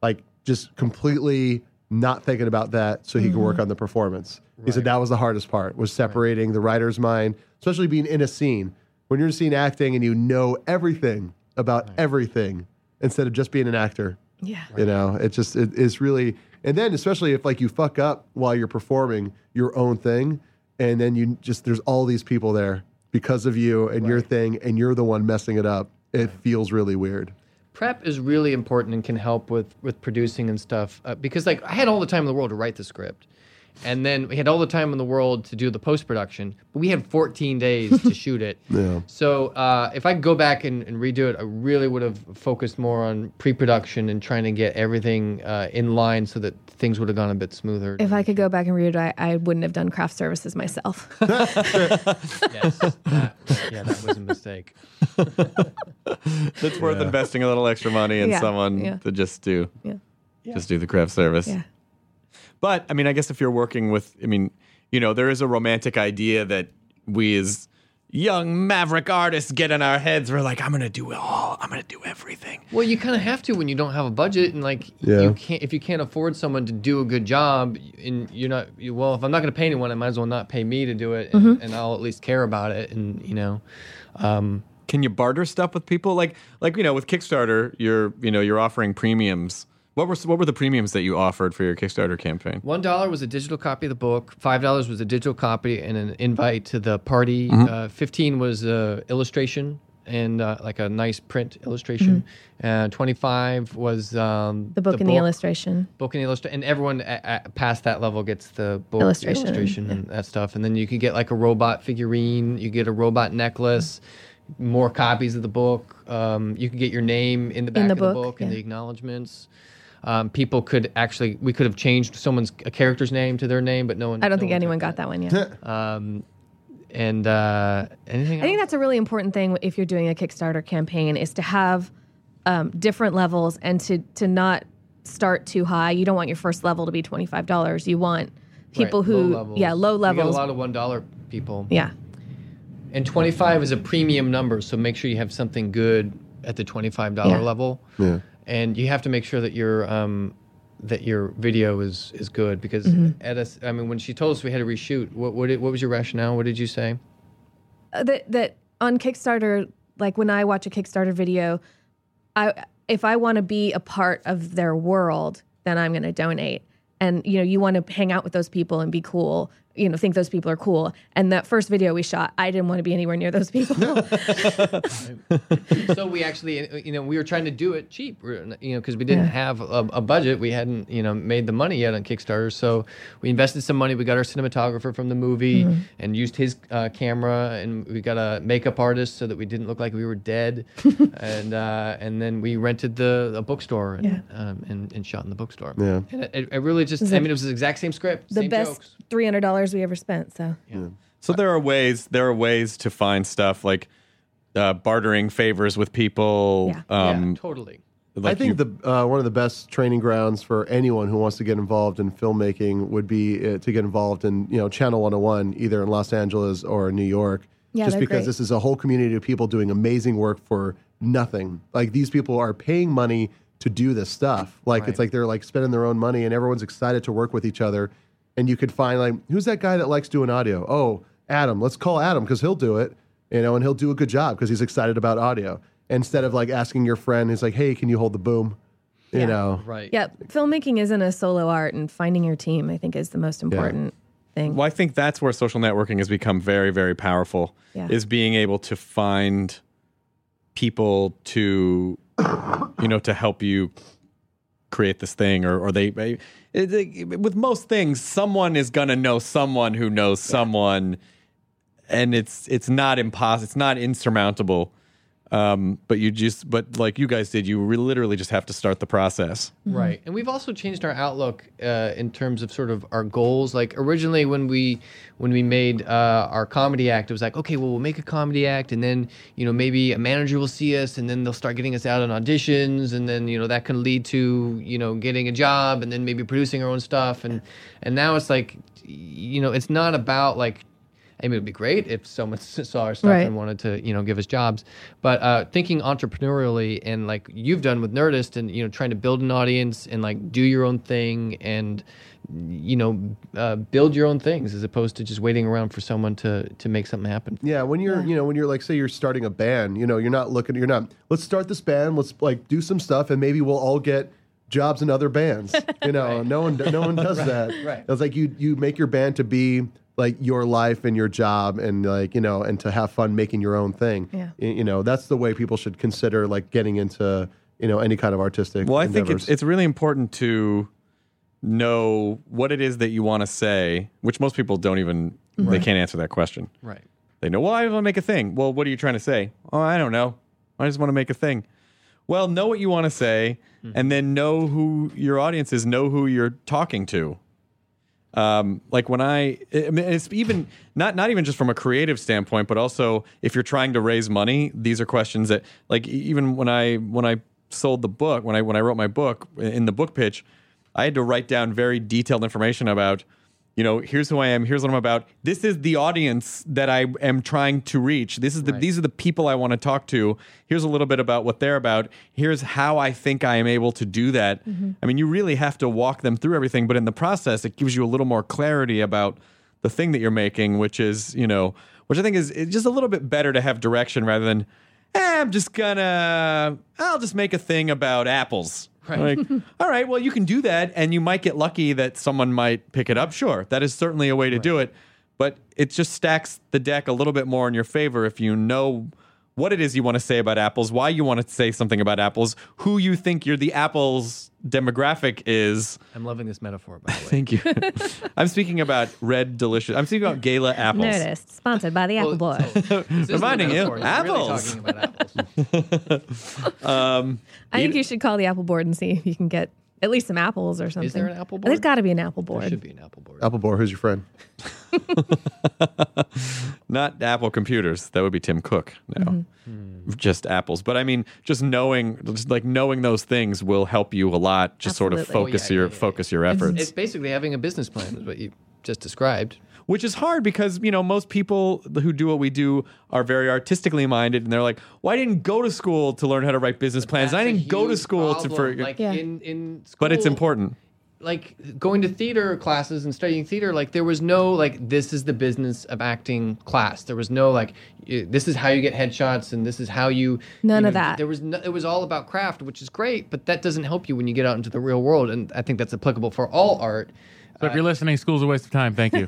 Speaker 7: like just completely not thinking about that so he could work on the performance. He said that was the hardest part was separating the writer's mind, especially being in a scene when you're in a scene acting and you know everything about everything instead of just being an actor
Speaker 4: yeah.
Speaker 7: you know, it's just it, it's really and then especially if like you fuck up while you're performing your own thing, and then you just there's all these people there because of you and your thing, and you're the one messing it up. It feels really weird.
Speaker 6: prep is really important and can help with with producing and stuff uh, because like I had all the time in the world to write the script, and then we had all the time in the world to do the post production. But we had 14 days to shoot it.
Speaker 7: Yeah.
Speaker 6: So uh, if I could go back and, and redo it, I really would have focused more on pre production and trying to get everything uh, in line so that things would have gone a bit smoother.
Speaker 4: If I could go back and read it, I, I wouldn't have done craft services myself.
Speaker 6: yes. Uh, yeah, that was a mistake.
Speaker 1: That's worth investing a little extra money in
Speaker 4: Yeah,
Speaker 1: someone
Speaker 4: yeah.
Speaker 1: to just do
Speaker 4: Yeah.
Speaker 1: just do the craft service.
Speaker 4: Yeah.
Speaker 1: But I mean, I guess if you're working with, I mean, you know, there is a romantic idea that we as young maverick artists get in our heads. We're like, I'm gonna do it all. I'm gonna do everything.
Speaker 6: Well, you kind of have to when you don't have a budget, and like
Speaker 7: Yeah.
Speaker 6: you can't if you can't afford someone to do a good job, and you're not you, well. If I'm not going to pay anyone, I might as well not pay me to do it, and,
Speaker 4: Mm-hmm.
Speaker 6: and I'll at least care about it, and you know, um,
Speaker 1: Can you barter stuff with people? Like, like you know, with Kickstarter, you're you know you're offering premiums. What were what were the premiums that you offered for your Kickstarter campaign?
Speaker 6: One dollar was a digital copy of the book. Five dollars was a digital copy and an invite to the party.
Speaker 4: Mm-hmm.
Speaker 6: Uh, Fifteen was uh, illustration and uh, like a nice print illustration. Uh, Twenty-five was um,
Speaker 4: Mm-hmm. The book and the illustration.
Speaker 6: book and illustration, and everyone a a past that level gets the book the
Speaker 4: Illustration,
Speaker 6: illustration and that stuff. And then you can get like a robot figurine, you get a robot necklace, more copies of the book. Um, you can get your name in the back
Speaker 4: the
Speaker 6: of the
Speaker 4: book,
Speaker 6: book and
Speaker 4: yeah.
Speaker 6: the acknowledgments. Um, people could actually, we could have changed someone's a character's name to their name, but no one.
Speaker 4: I don't
Speaker 6: no
Speaker 4: think
Speaker 6: one
Speaker 4: anyone got
Speaker 6: took
Speaker 4: that one yet.
Speaker 6: And uh, anything.
Speaker 4: I think that's a really important thing if you're doing a Kickstarter campaign is to have um, different levels and to to not start too high. You don't want your first level to be twenty five dollars. You want people who yeah low
Speaker 6: You
Speaker 4: levels
Speaker 6: get a lot of one dollar people.
Speaker 4: yeah
Speaker 6: And 25 is a premium number, so make sure you have something good at the $25
Speaker 4: Yeah.
Speaker 6: level.
Speaker 7: Yeah.
Speaker 6: And you have to make sure that your um, that your video is is good because at us, I mean, when she told us we had to reshoot, what what, did, what was your rationale? What did you say?
Speaker 4: Uh, that that on Kickstarter like when I watch a Kickstarter video, I if I want to be a part of their world, then I'm going to donate. And you know, you want to hang out with those people and be cool. You know, think those people are cool. And that first video we shot, I didn't want to be anywhere near those people.
Speaker 6: so we actually, uh, you know, we were trying to do it cheap, you know, because we didn't have a, a budget. We hadn't, you know, made the money yet on Kickstarter. So we invested some money. We got our cinematographer from the movie
Speaker 4: Mm-hmm.
Speaker 6: and used his uh, camera, and we got a makeup artist so that we didn't look like we were dead. and uh, and then we rented the a bookstore and, um, and and shot in the bookstore.
Speaker 7: Yeah.
Speaker 6: and it, it really just, I mean, it was the exact same script,
Speaker 4: the
Speaker 6: same jokes.
Speaker 4: best three hundred dollars we ever spent. So
Speaker 1: So there are ways there are ways to find stuff like uh, bartering favors with people.
Speaker 4: Yeah.
Speaker 1: Um,
Speaker 6: yeah, totally.
Speaker 1: like
Speaker 7: I think
Speaker 1: you-
Speaker 7: the uh, one of the best training grounds for anyone who wants to get involved in filmmaking would be uh, to get involved in you know Channel 101 either in Los Angeles or New York.
Speaker 4: Yeah,
Speaker 7: just
Speaker 4: they're
Speaker 7: because
Speaker 4: great.
Speaker 7: this is a whole community of people doing amazing work for nothing. Like these people are paying money to do this stuff. Like it's like they're like spending their own money and everyone's excited to work with each other. And you could find like who's that guy that likes doing audio? Oh, Adam. Let's call Adam because he'll do it you know, and he'll do a good job because he's excited about audio. Instead of like asking your friend, who's like, "Hey, can you hold the boom?" You
Speaker 4: Yeah.
Speaker 7: know,
Speaker 6: Right.
Speaker 4: yeah, filmmaking isn't a solo art, and finding your team I think is the most important thing.
Speaker 1: Well, I think that's where social networking has become very, very powerful.
Speaker 4: Yeah.
Speaker 1: Is being able to find people to, you know, to help you create this thing, or or they, it- it- with most things, someone is gonna know someone who knows someone, and it's it's not impossible. It's not insurmountable. Um, but you just, but like you guys did, you re- literally just have to start the process.
Speaker 6: Right. And we've also changed our outlook uh, in terms of sort of our goals. Like originally when we when we made uh, our comedy act, it was like, okay, well we'll make a comedy act and then, you know, maybe a manager will see us and then they'll start getting us out on auditions and then, you know, that can lead to, you know, getting a job and then maybe producing our own stuff and and now it's like you know, it's not about like I mean, it'd be great if someone saw our stuff
Speaker 4: Right.
Speaker 6: and wanted to, you know, give us jobs. But uh, thinking entrepreneurially and like you've done with Nerdist, and you know, trying to build an audience and like do your own thing and you know, uh, build your own things as opposed to just waiting around for someone to to make something happen.
Speaker 7: Yeah, when you're you know when you're like say you're starting a band, you know you're not looking, you're not. Let's start this band. Let's like do some stuff, and maybe we'll all get jobs in other bands. You know, no one no one does that.
Speaker 6: right.
Speaker 7: It's like you you make your band to be like your life and your job and like you know and to have fun making your own thing.
Speaker 4: Yeah.
Speaker 7: Y- You know that's the way people should consider like getting into you know any kind of artistic.
Speaker 1: Well, I think it's,
Speaker 7: endeavors.
Speaker 1: it's really important to know what it is that you want to say, which most people don't even, they can't answer that question.
Speaker 6: Right.
Speaker 1: They know, well, I want to make a thing. Well, what are you trying to say? Oh, I don't know. I just want to make a thing. Well, know what you want to say and then know who your audience is, know who you're talking to. Um, like when I, I mean, it's even not not even just from a creative standpoint, but also if you're trying to raise money, these are questions that, like, e- even when I when I sold the book, when I when I wrote my book in the book pitch, I had to write down very detailed information about you know, here's who I am, here's what I'm about. This is the audience that I am trying to reach. This is the these are the people I want to talk to. Here's a little bit about what they're about. Here's how I think I am able to do that. I mean, you really have to walk them through everything, but in the process it gives you a little more clarity about the thing that you're making, which is, you know, which I think is is just a little bit better to have direction rather than eh, I'm just gonna I'll just make a thing about apples. Right. Like, all right, well, you can do that, and you might get lucky that someone might pick it up. Sure, that is certainly a way to do it, but it just stacks the deck a little bit more in your favor if you know what it is you want to say about apples, why you want to say something about apples, who you think you're the apples demographic is.
Speaker 6: I'm loving this metaphor, by the way.
Speaker 1: Thank you. I'm speaking about red delicious. I'm speaking about gala apples.
Speaker 4: Nerdist, sponsored by the Apple Board.
Speaker 1: Reminding you, apples.
Speaker 6: Really talking about apples.
Speaker 4: I think you should call the Apple Board and see if you can get at least some apples or something.
Speaker 6: there an Apple
Speaker 4: There's
Speaker 6: Board?
Speaker 4: got to be an Apple Board.
Speaker 6: Should be an apple board.
Speaker 7: Applebore, who's your friend?
Speaker 1: not Apple computers. That would be Tim Cook. No,
Speaker 6: Mm-hmm.
Speaker 1: just apples. But I mean, just knowing, just like knowing those things will help you a lot. Just sort of
Speaker 4: Absolutely.
Speaker 1: focus
Speaker 6: Oh, yeah,
Speaker 1: your
Speaker 6: yeah, yeah,
Speaker 1: focus your efforts,
Speaker 6: It's basically having a business plan, is what you just described.
Speaker 1: which is hard because you know most people who do what we do are very artistically minded, and they're like, "Well, I didn't go to school to learn how to write business plans. and I
Speaker 6: That's a
Speaker 1: didn't go to
Speaker 6: huge
Speaker 1: school to." For,
Speaker 6: problem. like
Speaker 4: Yeah.
Speaker 6: in in school,
Speaker 1: but it's important.
Speaker 6: Like going to theater classes and studying theater, like there was no like this is the business of acting class. There was no like y- this is how you get headshots and this is how you
Speaker 4: None
Speaker 6: you
Speaker 4: of that.
Speaker 6: There was no, it was all about craft, which is great, but that doesn't help you when you get out into the real world. And I think that's applicable for all art.
Speaker 5: So if you're listening, school's a waste of time. Thank you.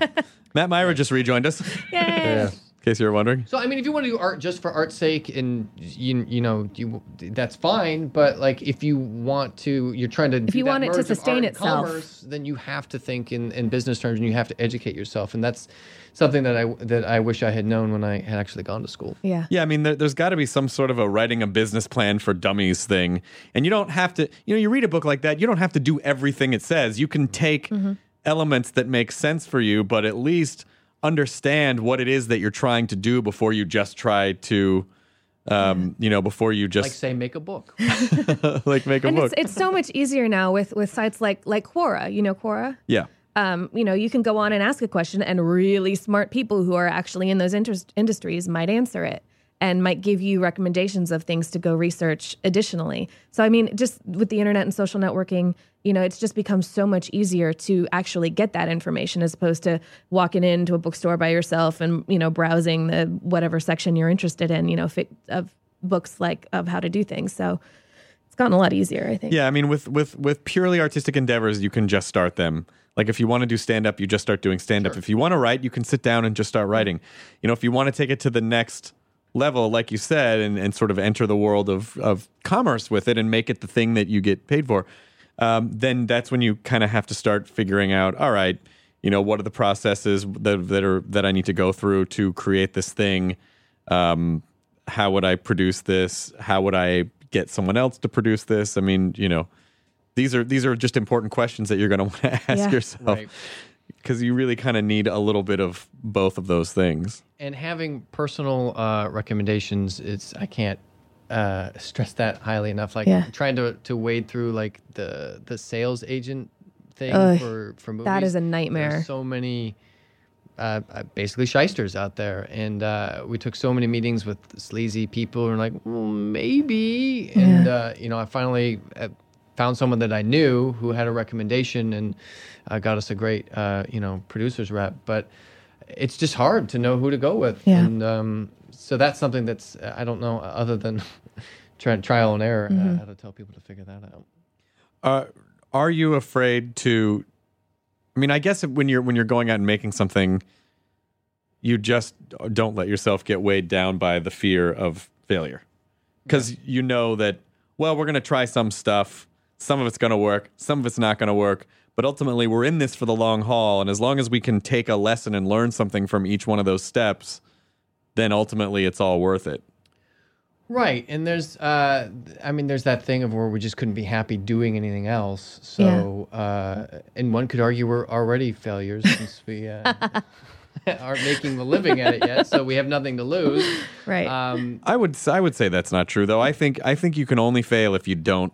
Speaker 1: Matt Myra just rejoined us, in
Speaker 7: Yeah.
Speaker 1: case you were wondering.
Speaker 6: So I mean, if you want to do art just for art's sake, and you you know you that's fine. But like, if you want to, you're trying to. If
Speaker 4: you want it to sustain itself.
Speaker 6: commerce, then you have to think in, in business terms, and you have to educate yourself. And that's something that I that I wish I had known when I had actually gone to school.
Speaker 4: Yeah.
Speaker 1: Yeah, I mean, there, there's got to be some sort of a writing a business plan for dummies thing. And you don't have to, you know, you read a book like that, you don't have to do everything it says. You can take elements that make sense for you, but at least understand what it is that you're trying to do before you just try to, um, you know, before you
Speaker 6: Like
Speaker 1: just
Speaker 6: say, make a book.
Speaker 1: like, make a
Speaker 4: And
Speaker 1: book.
Speaker 4: it's, it's so much easier now with, with sites like, like Quora. You know Quora?
Speaker 1: yeah.
Speaker 4: um, you know, you can go on and ask a question, and really smart people who are actually in those interest industries might answer it and might give you recommendations of things to go research additionally. So, I mean, just with the internet and social networking, you know, it's just become so much easier to actually get that information as opposed to walking into a bookstore by yourself and, you know, browsing the whatever section you're interested in, you know, fi- of books like of how to do things. So, it's gotten a lot easier, I think.
Speaker 1: Yeah, I mean, with with with purely artistic endeavors, you can just start them. Like if you want to do stand up, you just start doing stand up. If you want to write, you can sit down and just start writing. You know, if you want to take it to the next level, like you said, and, and sort of enter the world of of commerce with it and make it the thing that you get paid for, um, then that's when you kind of have to start figuring out. All right, you know, what are the processes that that are that I need to go through to create this thing? Um, how would I produce this? How would I get someone else to produce this? I mean, you know, these are these are just important questions that you're going to want to ask
Speaker 4: Yeah.
Speaker 1: yourself
Speaker 6: Right.
Speaker 1: because you really kind of need a little bit of both of those things.
Speaker 6: and having personal uh, recommendations it's i can't uh, stress that highly enough like
Speaker 4: Yeah.
Speaker 6: trying to, to wade through like the the sales agent thing
Speaker 4: Ugh,
Speaker 6: for for movies
Speaker 4: that is a nightmare.
Speaker 6: There's so many uh, uh, basically shysters out there and uh, we took so many meetings with sleazy people and like well, maybe and uh, you know i finally uh, found someone that i knew who had a recommendation and uh, got us a great uh, you know producers rep but it's just hard to know who to go with.
Speaker 4: Yeah.
Speaker 6: And um, so that's something that's, uh, I don't know, other than try, trial and error, uh, how to tell people to figure that out.
Speaker 1: Uh, are you afraid to? I mean, I guess if- when you're when you're going out and making something, you just don't let yourself get weighed down by the fear of failure, because you know that well, we're going to try some stuff. Some of it's going to work. Some of it's not going to work. But ultimately, we're in this for the long haul, and as long as we can take a lesson and learn something from each one of those steps, then ultimately it's all worth it.
Speaker 6: Right. And there's, uh, I mean, there's that thing of where we just couldn't be happy doing anything else. So, uh, and one could argue we're already failures since we uh, aren't making a living at it yet. So we have nothing to lose.
Speaker 4: Right.
Speaker 6: Um,
Speaker 1: I would I would say that's not true though. I think I think you can only fail if you don't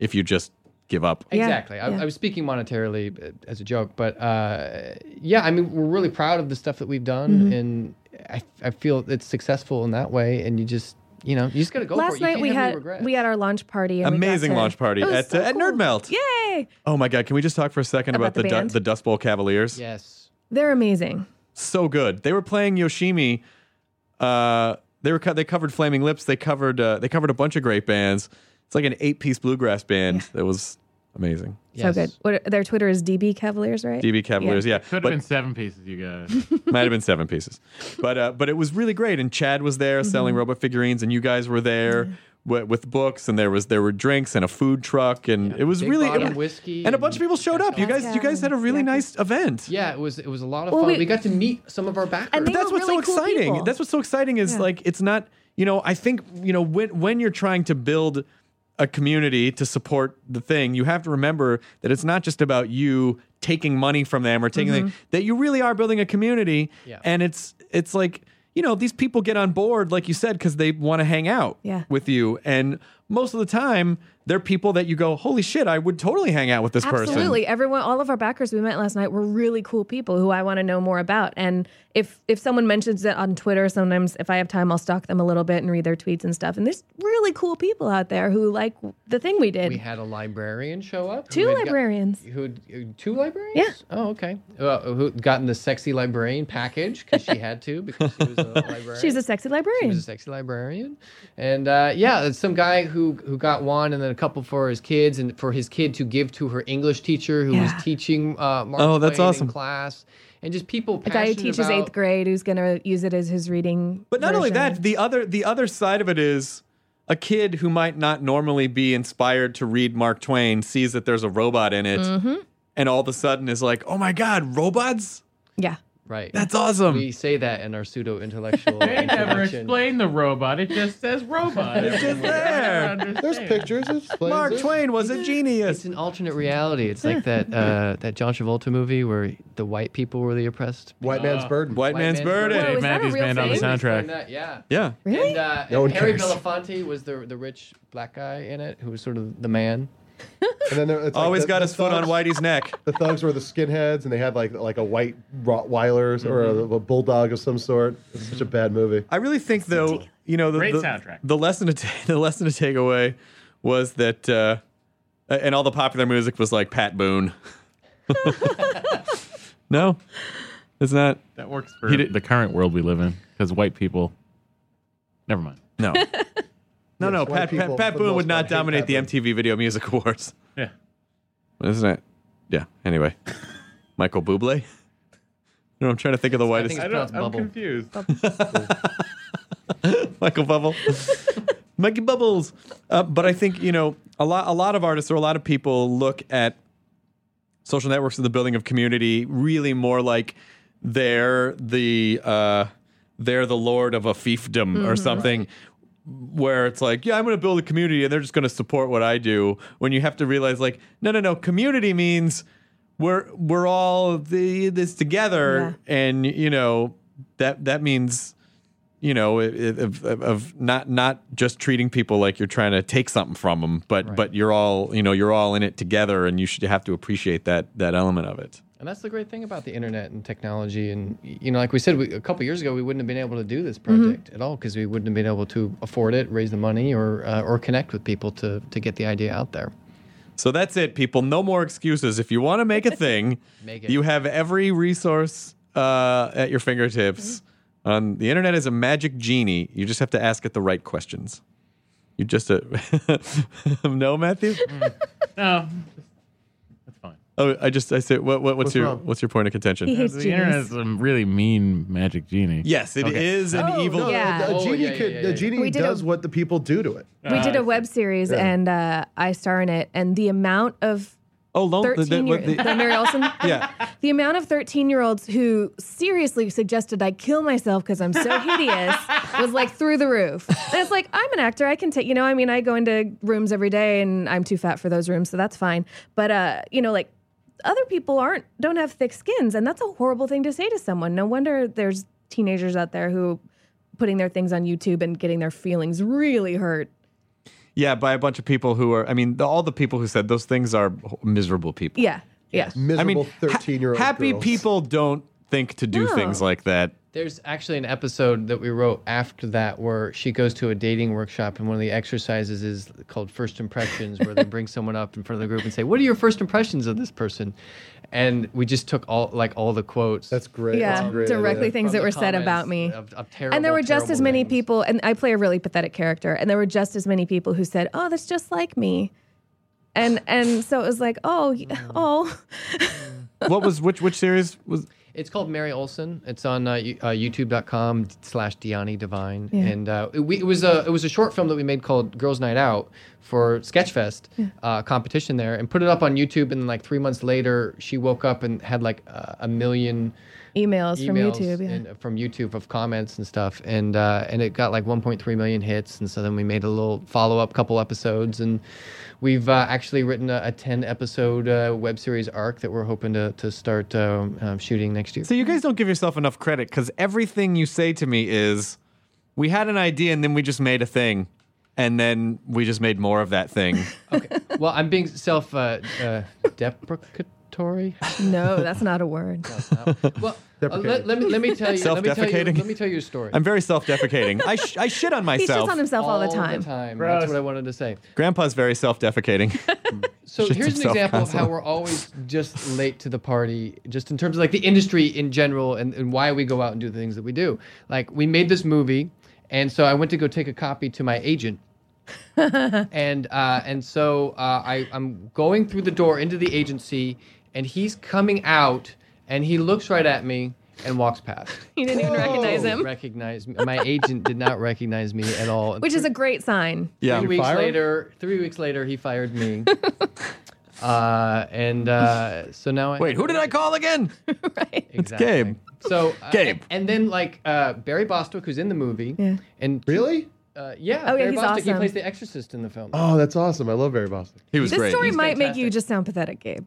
Speaker 1: if you just give up.
Speaker 4: Yeah,
Speaker 6: Exactly. I,
Speaker 4: yeah.
Speaker 6: I was speaking monetarily uh, as a joke, but uh, yeah, I mean, we're really proud of the stuff that we've done,
Speaker 4: Mm-hmm.
Speaker 6: and I, I feel it's successful in that way. And you just, you know, you just got to go for
Speaker 4: Last
Speaker 6: it. You
Speaker 4: night
Speaker 6: can't
Speaker 4: we
Speaker 6: have any
Speaker 4: had
Speaker 6: regrets.
Speaker 4: we had our launch party. And we got
Speaker 1: Amazing
Speaker 4: to-
Speaker 1: launch party
Speaker 4: It was
Speaker 1: at
Speaker 4: so
Speaker 1: uh, at
Speaker 4: cool.
Speaker 1: Nerdmelt.
Speaker 4: Yay!
Speaker 1: Oh my god, can we just talk for a second about,
Speaker 4: About the
Speaker 1: the du-
Speaker 4: band?
Speaker 1: the Dust Bowl Cavaliers?
Speaker 6: yes.
Speaker 4: They're amazing.
Speaker 1: So good. They were playing Yoshimi. Uh, they were co- they covered Flaming Lips. They covered uh, they covered a bunch of great bands. It's like an eight piece bluegrass band that was amazing.
Speaker 6: yes.
Speaker 4: So good. What, their Twitter is DB Cavaliers, right?
Speaker 1: DB Cavaliers, yeah,
Speaker 5: Could have
Speaker 1: But-
Speaker 5: been seven pieces, you guys.
Speaker 1: Might have been seven pieces, but uh, but it was really great. And Chad was there
Speaker 6: Mm-hmm.
Speaker 1: selling robot figurines, and you guys were there wi- with books, and there was there were drinks and a food truck, and it was
Speaker 6: Big
Speaker 1: really
Speaker 6: bottle
Speaker 1: it-
Speaker 6: whiskey
Speaker 1: and a bunch of
Speaker 6: and-
Speaker 1: people showed up. You guys you guys had a really nice event.
Speaker 6: Yeah, it was it was a lot of
Speaker 4: Well,
Speaker 6: fun.
Speaker 4: we-
Speaker 6: We, got to meet some of our backers.
Speaker 4: And they
Speaker 1: But that's
Speaker 4: were
Speaker 1: what's
Speaker 4: really
Speaker 1: so
Speaker 4: cool
Speaker 1: exciting.
Speaker 4: people.
Speaker 1: That's what's so exciting is like it's not you know I think you know when when you're trying to build a community to support the thing, you have to remember that it's not just about you taking money from them or taking
Speaker 4: Mm-hmm.
Speaker 1: the- that you really are building a community,
Speaker 6: Yeah.
Speaker 1: and it's it's like you know these people get on board like you said because they want to hang out
Speaker 4: Yeah.
Speaker 1: with you and. Most of the time, they're people that you go, holy shit, I would totally hang out with this person.
Speaker 4: Absolutely. Everyone, all of our backers we met last night were really cool people who I want to know more about. And if if someone mentions it on Twitter, sometimes if I have time, I'll stalk them a little bit and read their tweets and stuff. And there's really cool people out there who like the thing we did.
Speaker 6: we had a librarian show up. who
Speaker 4: Two
Speaker 6: had got-
Speaker 4: librarians.
Speaker 6: who had, uh, two librarians?
Speaker 4: Yeah.
Speaker 6: Oh, okay. Uh, who had gotten the sexy librarian package because she had to because she was a librarian.
Speaker 4: She's a sexy
Speaker 6: He
Speaker 4: librarian.
Speaker 6: was a sexy librarian, and uh, yeah, it's some guy who who got one, and then a couple for his kids, and for his kid to give to her English teacher who
Speaker 4: Yeah.
Speaker 6: was teaching. Uh, Mark
Speaker 1: Oh, that's
Speaker 6: Twain in
Speaker 1: awesome.
Speaker 6: class, and just people.
Speaker 4: a guy who
Speaker 6: passionate
Speaker 4: teaches
Speaker 6: about-
Speaker 4: eighth grade who's going to use it as his reading.
Speaker 1: But not only
Speaker 4: version.
Speaker 1: that, the other the other side of it is a kid who might not normally be inspired to read Mark Twain sees that there's a robot in it,
Speaker 7: Mm-hmm.
Speaker 1: and all of a sudden is like, "Oh my god, robots!
Speaker 4: yeah.
Speaker 6: Right.
Speaker 1: That's awesome!"
Speaker 6: we say that in our pseudo intellectual.
Speaker 5: They never
Speaker 6: introduction.
Speaker 5: explain the robot. It just says robot.
Speaker 1: It's just
Speaker 5: I
Speaker 1: there.
Speaker 5: don't
Speaker 7: There's
Speaker 5: understand.
Speaker 7: pictures. It explains
Speaker 1: Mark
Speaker 7: it.
Speaker 1: Twain was a
Speaker 6: It's
Speaker 1: genius.
Speaker 6: an alternate reality. It's like that uh, that John Travolta movie where the white people were the oppressed.
Speaker 7: White man's burden.
Speaker 1: Uh, White,
Speaker 6: White
Speaker 1: man's,
Speaker 6: man's
Speaker 1: burden.
Speaker 4: Whoa,
Speaker 5: Dave
Speaker 4: is that a
Speaker 5: Matthews
Speaker 4: real
Speaker 5: Band on the
Speaker 4: thing?
Speaker 5: soundtrack.
Speaker 6: That, yeah.
Speaker 1: Yeah.
Speaker 4: Really?
Speaker 6: And, uh,
Speaker 7: No
Speaker 6: and
Speaker 7: one
Speaker 6: Harry
Speaker 7: cares.
Speaker 6: Belafonte was the the rich black guy in it who was sort of the man.
Speaker 7: And then there, it's like
Speaker 1: Always
Speaker 7: the-
Speaker 1: got
Speaker 7: the
Speaker 1: his foot on
Speaker 7: thugs-
Speaker 1: Whitey's neck.
Speaker 7: The thugs were the skinheads, and they had like like a white Rottweiler or
Speaker 6: Mm-hmm.
Speaker 7: a, a bulldog of some sort. It's such a bad movie.
Speaker 1: I really think though, you know, the,
Speaker 5: Great
Speaker 1: the,
Speaker 5: soundtrack.
Speaker 1: the lesson to ta- the lesson to take away was that, uh, and all the popular music was like Pat Boone. no, it's not.
Speaker 5: That works for
Speaker 1: He did-
Speaker 5: the current world we live in because white people. Never mind.
Speaker 1: No. No, no.
Speaker 7: Yes, white
Speaker 1: Pat, Pat,
Speaker 7: people,
Speaker 1: Pat
Speaker 7: for the
Speaker 1: Boone
Speaker 7: most
Speaker 1: would
Speaker 7: part,
Speaker 1: not
Speaker 7: hate
Speaker 1: dominate
Speaker 7: Pat
Speaker 1: the
Speaker 7: Boone.
Speaker 1: MTV Video Music Awards,
Speaker 5: Yeah.
Speaker 1: isn't it? Yeah. Anyway, Michael Bublé. No, I'm trying to think of the whitest
Speaker 6: think I don't- I'm Bubble.
Speaker 5: confused.
Speaker 1: Michael Bubble, Mikey Bubbles. Uh, but I think you know a lot. A lot of artists or a lot of people look at social networks and the building of community really more like they're the uh, they're the lord of a fiefdom or something where it's like, yeah, I'm going to build a community and they're just going to support what I do. When you have to realize, like, no, no, no, community means we're we're all the, this together, and you know that that means you know i- i- of, of, of not not just treating people like you're trying to take something from them, but but you're all you know you're all in it together, and you should have to appreciate that that element of it.
Speaker 6: And that's the great thing about the internet and technology. And, y- you know, like we said, we, a couple years ago, we wouldn't have been able to do this
Speaker 7: Mm-hmm.
Speaker 6: project at all because we wouldn't have been able to afford it, raise the money, or uh, or connect with people to, to get the idea out there.
Speaker 1: So that's it, people. No more excuses. If you want to make a thing,
Speaker 6: Make it.
Speaker 1: you have every resource uh, at your fingertips.
Speaker 6: Mm-hmm.
Speaker 1: Um, the internet is a magic genie. You just have to ask it the right questions. You just a no, Matthew.
Speaker 6: Mm.
Speaker 5: No, that's fine.
Speaker 1: Oh, I just I said what, what what's,
Speaker 7: What's
Speaker 1: your
Speaker 7: wrong?
Speaker 1: what's your point of contention?
Speaker 4: He hates
Speaker 5: The
Speaker 4: genius.
Speaker 5: internet's a really mean magic genie.
Speaker 1: Yes, it is
Speaker 5: Okay.
Speaker 1: an evil.
Speaker 7: no,
Speaker 4: Yeah.
Speaker 7: A,
Speaker 6: Oh,
Speaker 7: genie
Speaker 6: yeah, yeah,
Speaker 7: could.
Speaker 6: yeah, yeah.
Speaker 7: A genie
Speaker 4: We did a-
Speaker 7: does what the people do to it.
Speaker 4: we
Speaker 5: Ah,
Speaker 4: did
Speaker 5: I
Speaker 4: a
Speaker 1: Uh,
Speaker 4: web series and uh, I star in it, and the amount of
Speaker 1: Oh, lone. the- the-
Speaker 4: thirteen year
Speaker 1: what
Speaker 4: the,
Speaker 1: the-
Speaker 4: Mary Olson.
Speaker 1: yeah.
Speaker 4: The amount of 13 year olds who seriously suggested I kill myself because I'm so hideous was like through the roof. And it's like, I'm an actor. I can take, you know, I mean, I go into rooms every day and I'm too fat for those rooms, so that's fine. But, uh, you know, like other people aren't, don't have thick skins. And that's a horrible thing to say to someone. No wonder there's teenagers out there who putting their things on YouTube and getting their feelings really hurt.
Speaker 1: Yeah, by a bunch of people who are. I mean, the, all the people who said those things are miserable people.
Speaker 4: Yeah. Yeah.
Speaker 1: I mean,
Speaker 7: Miserable
Speaker 1: ha-
Speaker 7: thirteen-year-old.
Speaker 1: happy people don't think to do
Speaker 4: No.
Speaker 1: things like that.
Speaker 6: There's actually an episode that we wrote after that where she goes to a dating workshop, and one of the exercises is called first impressions, where they bring someone up in front of the group and say, "What are your first impressions of this person?" And we just took all like all the quotes.
Speaker 7: That's great.
Speaker 4: Yeah,
Speaker 7: That's a great
Speaker 4: directly
Speaker 7: idea.
Speaker 4: things that
Speaker 6: from the
Speaker 4: were said
Speaker 6: comments
Speaker 4: about me.
Speaker 6: of- of terrible,
Speaker 4: and there were just
Speaker 6: terrible
Speaker 4: as many
Speaker 6: things.
Speaker 4: people, and I play a really pathetic character, and there were just as many people who said, "Oh, that's just like me," and and so it was like, "Oh, y-
Speaker 6: Mm.
Speaker 4: oh,
Speaker 1: What was which which series was?
Speaker 6: It's called Mary Olson. It's on uh, you- uh, YouTube.com slash Diani Divine, and uh, it, we, it was a it was a short film that we made called Girls Night Out for Sketchfest uh, competition there, and put it up on YouTube. And like three months later, she woke up and had like uh, a million
Speaker 4: emails, from
Speaker 6: emails
Speaker 4: YouTube." Yeah.
Speaker 6: and, uh, from YouTube of comments and stuff, and uh, and it got like 1.3 million hits, and so then we made a little follow up couple episodes, and we've uh, actually written a, a 10 episode uh, web series arc that we're hoping to to start um, um, shooting next year.
Speaker 1: So you guys don't give yourself enough credit because everything you say to me is, we had an idea and then we just made a thing, and then we just made more of that thing.
Speaker 6: Okay. well, I'm being self uh, uh, deprecatory.
Speaker 4: no, that's not a word.
Speaker 6: Well, uh, let, let me let me tell you. Let me tell you.
Speaker 1: Self-defecating?
Speaker 6: Let me tell you a story.
Speaker 1: I'm very self-defecating. I sh- I shit on
Speaker 4: He shits
Speaker 1: myself.
Speaker 4: on himself all, the time.
Speaker 6: That's
Speaker 5: Gross.
Speaker 6: what I wanted to say.
Speaker 1: Grandpa's very self-defecating.
Speaker 6: So
Speaker 1: Shits
Speaker 6: here's an
Speaker 1: himself
Speaker 6: example of
Speaker 1: constantly.
Speaker 6: how we're always just late to the party, just in terms of like the industry in general and, and why we go out and do the things that we do. Like we made this movie, and so I went to go take a copy to my agent. and uh, and so uh, I, I'm going through the door into the agency, and he's coming out, and he looks right at me and walks past.
Speaker 4: You didn't even recognize
Speaker 6: Didn't
Speaker 4: him,
Speaker 6: Recognize me. My agent did not recognize me at all.
Speaker 4: which is a great sign.
Speaker 1: yeah.
Speaker 6: Three weeks
Speaker 7: fire him?
Speaker 6: later, three weeks later, he fired me. uh, and uh, so now I
Speaker 1: Wait, who did I call again?
Speaker 6: Exactly.
Speaker 1: Gabe.
Speaker 6: So uh,
Speaker 1: Gabe.
Speaker 6: and then like uh, Barry Bostwick, who's in the movie,
Speaker 4: Yeah.
Speaker 6: and
Speaker 7: Really?
Speaker 6: uh, yeah,
Speaker 4: Oh, yeah,
Speaker 6: Barry
Speaker 4: he's
Speaker 6: Bostwick, he
Speaker 4: awesome.
Speaker 6: plays the Exorcist in the film.
Speaker 7: Oh, that's awesome. I love Barry Boston.
Speaker 1: He was
Speaker 4: This
Speaker 1: great.
Speaker 4: story
Speaker 6: He's
Speaker 4: might make you
Speaker 6: fantastic.
Speaker 4: just sound pathetic, Gabe.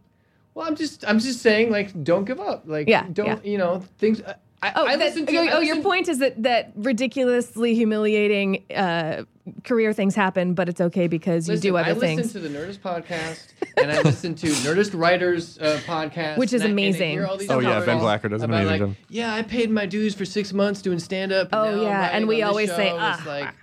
Speaker 6: Well, I'm just I'm just saying like don't give up. Like
Speaker 4: Yeah,
Speaker 6: don't
Speaker 4: yeah.
Speaker 6: you know things. I, I-
Speaker 4: Oh,
Speaker 6: I
Speaker 4: that-
Speaker 6: listen to.
Speaker 4: oh,
Speaker 6: I
Speaker 4: oh, your
Speaker 6: listen-
Speaker 4: point is that that ridiculously humiliating uh, career things happen, but it's okay because
Speaker 6: Listen,
Speaker 4: you do other
Speaker 6: I
Speaker 4: things.
Speaker 6: listen to the Nerdist podcast, and I listen to Nerdist writers uh, podcast,
Speaker 4: Which is
Speaker 6: and I- and I
Speaker 4: amazing.
Speaker 6: hear all these
Speaker 1: Oh, yeah,
Speaker 6: stories
Speaker 1: Ben Blacker does an
Speaker 6: about,
Speaker 1: amazing
Speaker 6: like,
Speaker 1: job.
Speaker 6: Yeah, I paid my dues for six months doing stand up.
Speaker 4: Oh, yeah, and we always say, "Ah."
Speaker 6: like,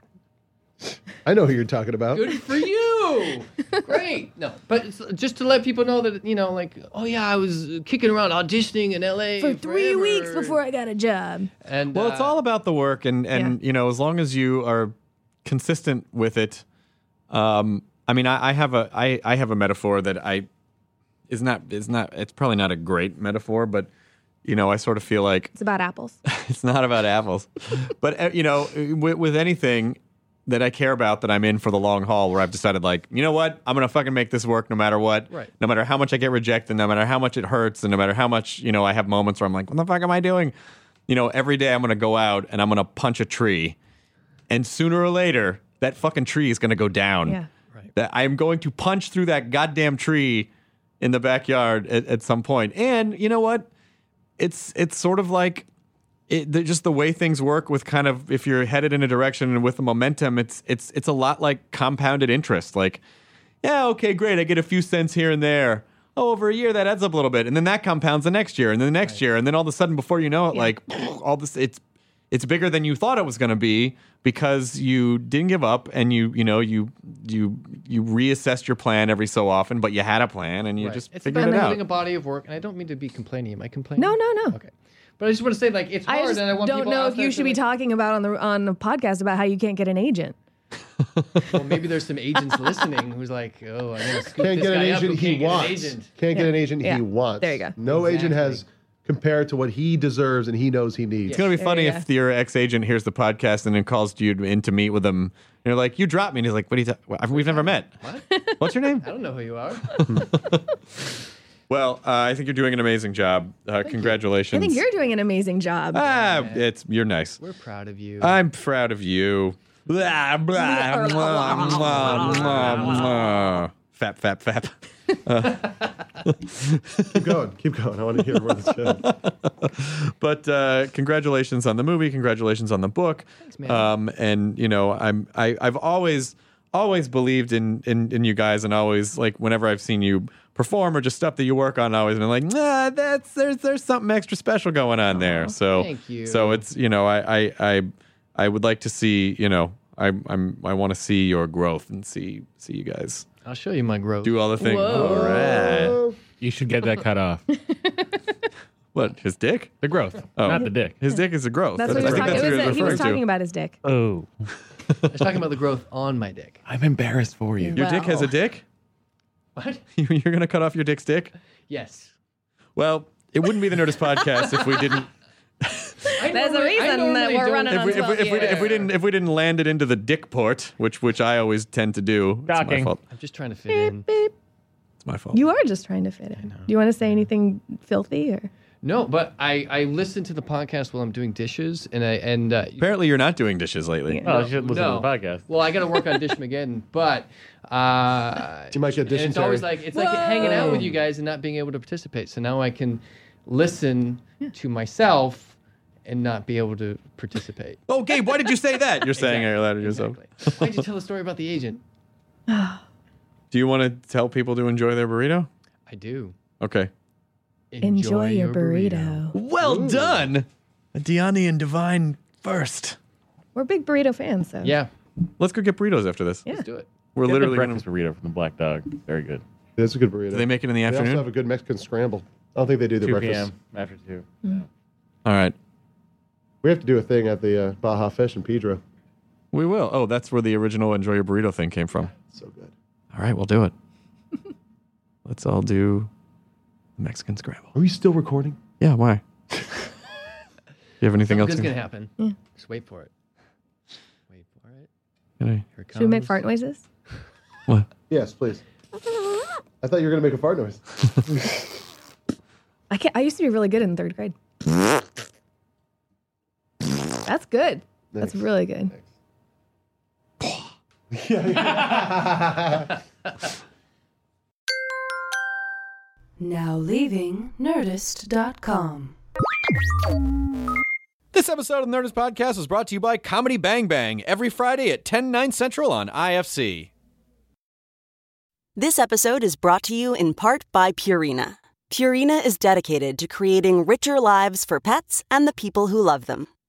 Speaker 7: I know who you're talking about.
Speaker 6: good for you, great. No, but it's just to let people know that you know, like, oh yeah, I was kicking around auditioning in L.A.
Speaker 4: for three
Speaker 6: forever.
Speaker 4: weeks before I got a job.
Speaker 6: And
Speaker 1: Well, it's
Speaker 6: uh,
Speaker 1: all about the work, and and you know, as long as you are consistent with it. Um, I mean, I, I have a I I have a metaphor that I is not is not it's probably not a great metaphor, but you know, I sort of feel like
Speaker 4: It's about apples.
Speaker 1: it's not about apples, but uh, you know, with, with anything that I care about that I'm in for the long haul, where I've decided like, you know what, I'm gonna fucking make this work no matter what,
Speaker 6: Right.
Speaker 1: no matter how much I get rejected, no matter how much it hurts, and no matter how much you know I have moments where I'm like, what the fuck am I doing? you know, every day I'm going to go out and I'm going to punch a tree. And sooner or later, that fucking tree is going to go down.
Speaker 4: Yeah.
Speaker 1: That I'm going to punch through that goddamn tree in the backyard at, at some point. And you know what? It's it's sort of like it, the, just the way things work with kind of if you're headed in a direction and with the momentum, it's it's it's a lot like compounded interest. Like, yeah, okay, great, I get a few cents here and there. Oh, over a year that adds up a little bit, and then that compounds the next year, and then the next year, and then all of a sudden, before you know it, like all this, it's it's bigger than you thought it was going to be because you didn't give up and you you know you you you reassessed your plan every so often, but you had a plan and you
Speaker 6: Right.
Speaker 1: just
Speaker 6: it's
Speaker 1: figured
Speaker 6: about
Speaker 1: it
Speaker 6: doing a
Speaker 1: out.
Speaker 6: body of work, and I don't mean to be complaining. Am I complaining?
Speaker 4: No, no, no.
Speaker 6: Okay, but I just want to say, like, it's hard,
Speaker 4: I just
Speaker 6: and I want
Speaker 4: don't
Speaker 6: people
Speaker 4: know
Speaker 6: out
Speaker 4: if
Speaker 6: there
Speaker 4: you
Speaker 6: to,
Speaker 4: should be
Speaker 6: like-
Speaker 4: talking about on the on the podcast about how you can't get an agent.
Speaker 6: Well, maybe there's some agents listening who's like, oh, I'm gonna scoop
Speaker 7: Can't
Speaker 6: this
Speaker 7: get an
Speaker 6: guy up who
Speaker 7: agent he
Speaker 6: can't get an
Speaker 7: wants.
Speaker 6: agent.
Speaker 7: Can't get an agent
Speaker 4: Yeah.
Speaker 7: he wants.
Speaker 4: There you go.
Speaker 7: No agent has compared to what he deserves and he knows he needs.
Speaker 1: It's gonna be funny
Speaker 4: yeah.
Speaker 1: if your ex agent hears the podcast and then calls you in to meet with him. And you're like, "You dropped me," and he's like, "What? Are you ta- what- we've never met. What's your name?"
Speaker 6: I don't know who you are.
Speaker 1: Well, uh, I think you're doing an amazing job. Uh, congratulations.
Speaker 4: I think you're doing an amazing job.
Speaker 1: Ah, it's you're nice.
Speaker 6: We're proud of you.
Speaker 1: I'm proud of you. Blah, blah, blah, blah, blah, blah. Fap, fap, fap.
Speaker 7: Keep going. Keep going. I want to hear where this goes.
Speaker 1: But uh, congratulations on the movie. Congratulations on the book. Thanks,
Speaker 6: man.
Speaker 1: Um, and you know, I'm I, I've always always believed in, in in you guys, and always like whenever I've seen you perform or just stuff that you work on, I always been like, nah, that's there's there's something extra special going on there. So
Speaker 6: thank you.
Speaker 1: So it's you know, I I I, I would like to see you know. I, I'm. I want to see your growth and see see you guys
Speaker 6: I'll show you my growth.
Speaker 1: do all the things. All right.
Speaker 5: You should get that cut off.
Speaker 1: What his dick?
Speaker 5: The growth,
Speaker 1: Oh.
Speaker 5: not the dick.
Speaker 1: His dick is a growth.
Speaker 4: That's what he
Speaker 1: I
Speaker 4: was
Speaker 1: think
Speaker 4: talking.
Speaker 1: that's what
Speaker 4: it was
Speaker 1: he was
Speaker 4: he was
Speaker 1: referring
Speaker 4: talking
Speaker 1: to.
Speaker 4: about his dick.
Speaker 5: Oh,
Speaker 6: I was talking about the growth on my dick.
Speaker 5: I'm embarrassed for you.
Speaker 1: Your dick has a dick?
Speaker 6: What?
Speaker 1: You're going to cut off your dick's dick?
Speaker 6: Yes.
Speaker 1: Well, it wouldn't be the Nerdist podcast if we didn't
Speaker 6: I
Speaker 4: There's a
Speaker 6: normally- I
Speaker 4: reason that
Speaker 6: normally
Speaker 4: we're
Speaker 6: don't-
Speaker 4: running
Speaker 1: if
Speaker 4: on
Speaker 1: we, if, we, if, we, if we
Speaker 6: Yeah.
Speaker 1: didn't if we didn't land it into the dick port, which which I always tend to do. It's my
Speaker 5: Shocking.
Speaker 1: fault.
Speaker 6: I'm just trying to fit in.
Speaker 1: It's my fault.
Speaker 4: You are just trying to fit in. Do you want to say anything filthy or?
Speaker 6: No, but I, I listen to the podcast while I'm doing dishes, and I and uh,
Speaker 1: Apparently you're not doing dishes lately.
Speaker 5: Oh, you should listen
Speaker 6: no.
Speaker 5: to the podcast.
Speaker 6: Well, I got to work on Dish McGinn, but uh,
Speaker 7: You might get
Speaker 6: and It's
Speaker 7: dysentery.
Speaker 6: always like it's like hanging out with you guys and not being able to participate. So now I can listen to myself and not be able to participate.
Speaker 1: Oh, Gabe, why did you say that? You're saying it out loud to yourself.
Speaker 6: Exactly. Why'd you tell the story about the agent?
Speaker 1: Do you want to tell people to enjoy their burrito?
Speaker 6: I do.
Speaker 1: Okay.
Speaker 4: Enjoy your burrito.
Speaker 1: Well done. Diani and Divine first.
Speaker 4: We're big burrito fans, so
Speaker 6: Yeah,
Speaker 1: Let's go get burritos after this.
Speaker 4: Yeah.
Speaker 6: let's do it.
Speaker 1: We're literally
Speaker 5: the
Speaker 1: going
Speaker 5: breakfast
Speaker 1: to
Speaker 5: burrito from the Black Dog. Very good.
Speaker 7: That's a good burrito.
Speaker 1: They make it in the
Speaker 7: They also
Speaker 1: afternoon.
Speaker 7: have a good Mexican scramble. I don't think they do the
Speaker 5: 2
Speaker 7: breakfast.
Speaker 5: p.m. after two.
Speaker 1: All right.
Speaker 7: We have to do a thing at the uh, Baja Fish in Pedro.
Speaker 1: We will. Oh, that's where the original enjoy your burrito thing came from.
Speaker 7: So good.
Speaker 1: All right, we'll do it. Let's all do Mexican scramble.
Speaker 7: Are we still recording?
Speaker 1: Yeah, why? Do you have anything else?
Speaker 6: Something's
Speaker 1: to-
Speaker 6: gonna happen. Just wait for it. Wait for it.
Speaker 1: Can I-
Speaker 6: Here it comes.
Speaker 4: Should we make fart noises?
Speaker 1: What?
Speaker 7: Yes, please. I thought you were gonna make a fart noise.
Speaker 4: I can't, I used to be really good in third grade. That's good. That's
Speaker 7: Nice.
Speaker 4: really good.
Speaker 3: Now leaving Nerdist.com.
Speaker 1: This episode of the Nerdist Podcast was brought to you by Comedy Bang Bang every Friday at 10, 9 central on IFC.
Speaker 8: This episode is brought to you in part by Purina. Purina is dedicated to creating richer lives for pets and the people who love them.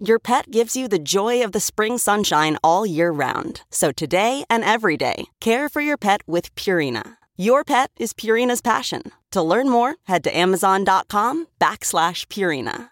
Speaker 8: Your pet gives you the joy of the spring sunshine all year round. So today and every day, care for your pet with Purina. Your pet is Purina's passion. To learn more, head to amazon.com backslash Purina.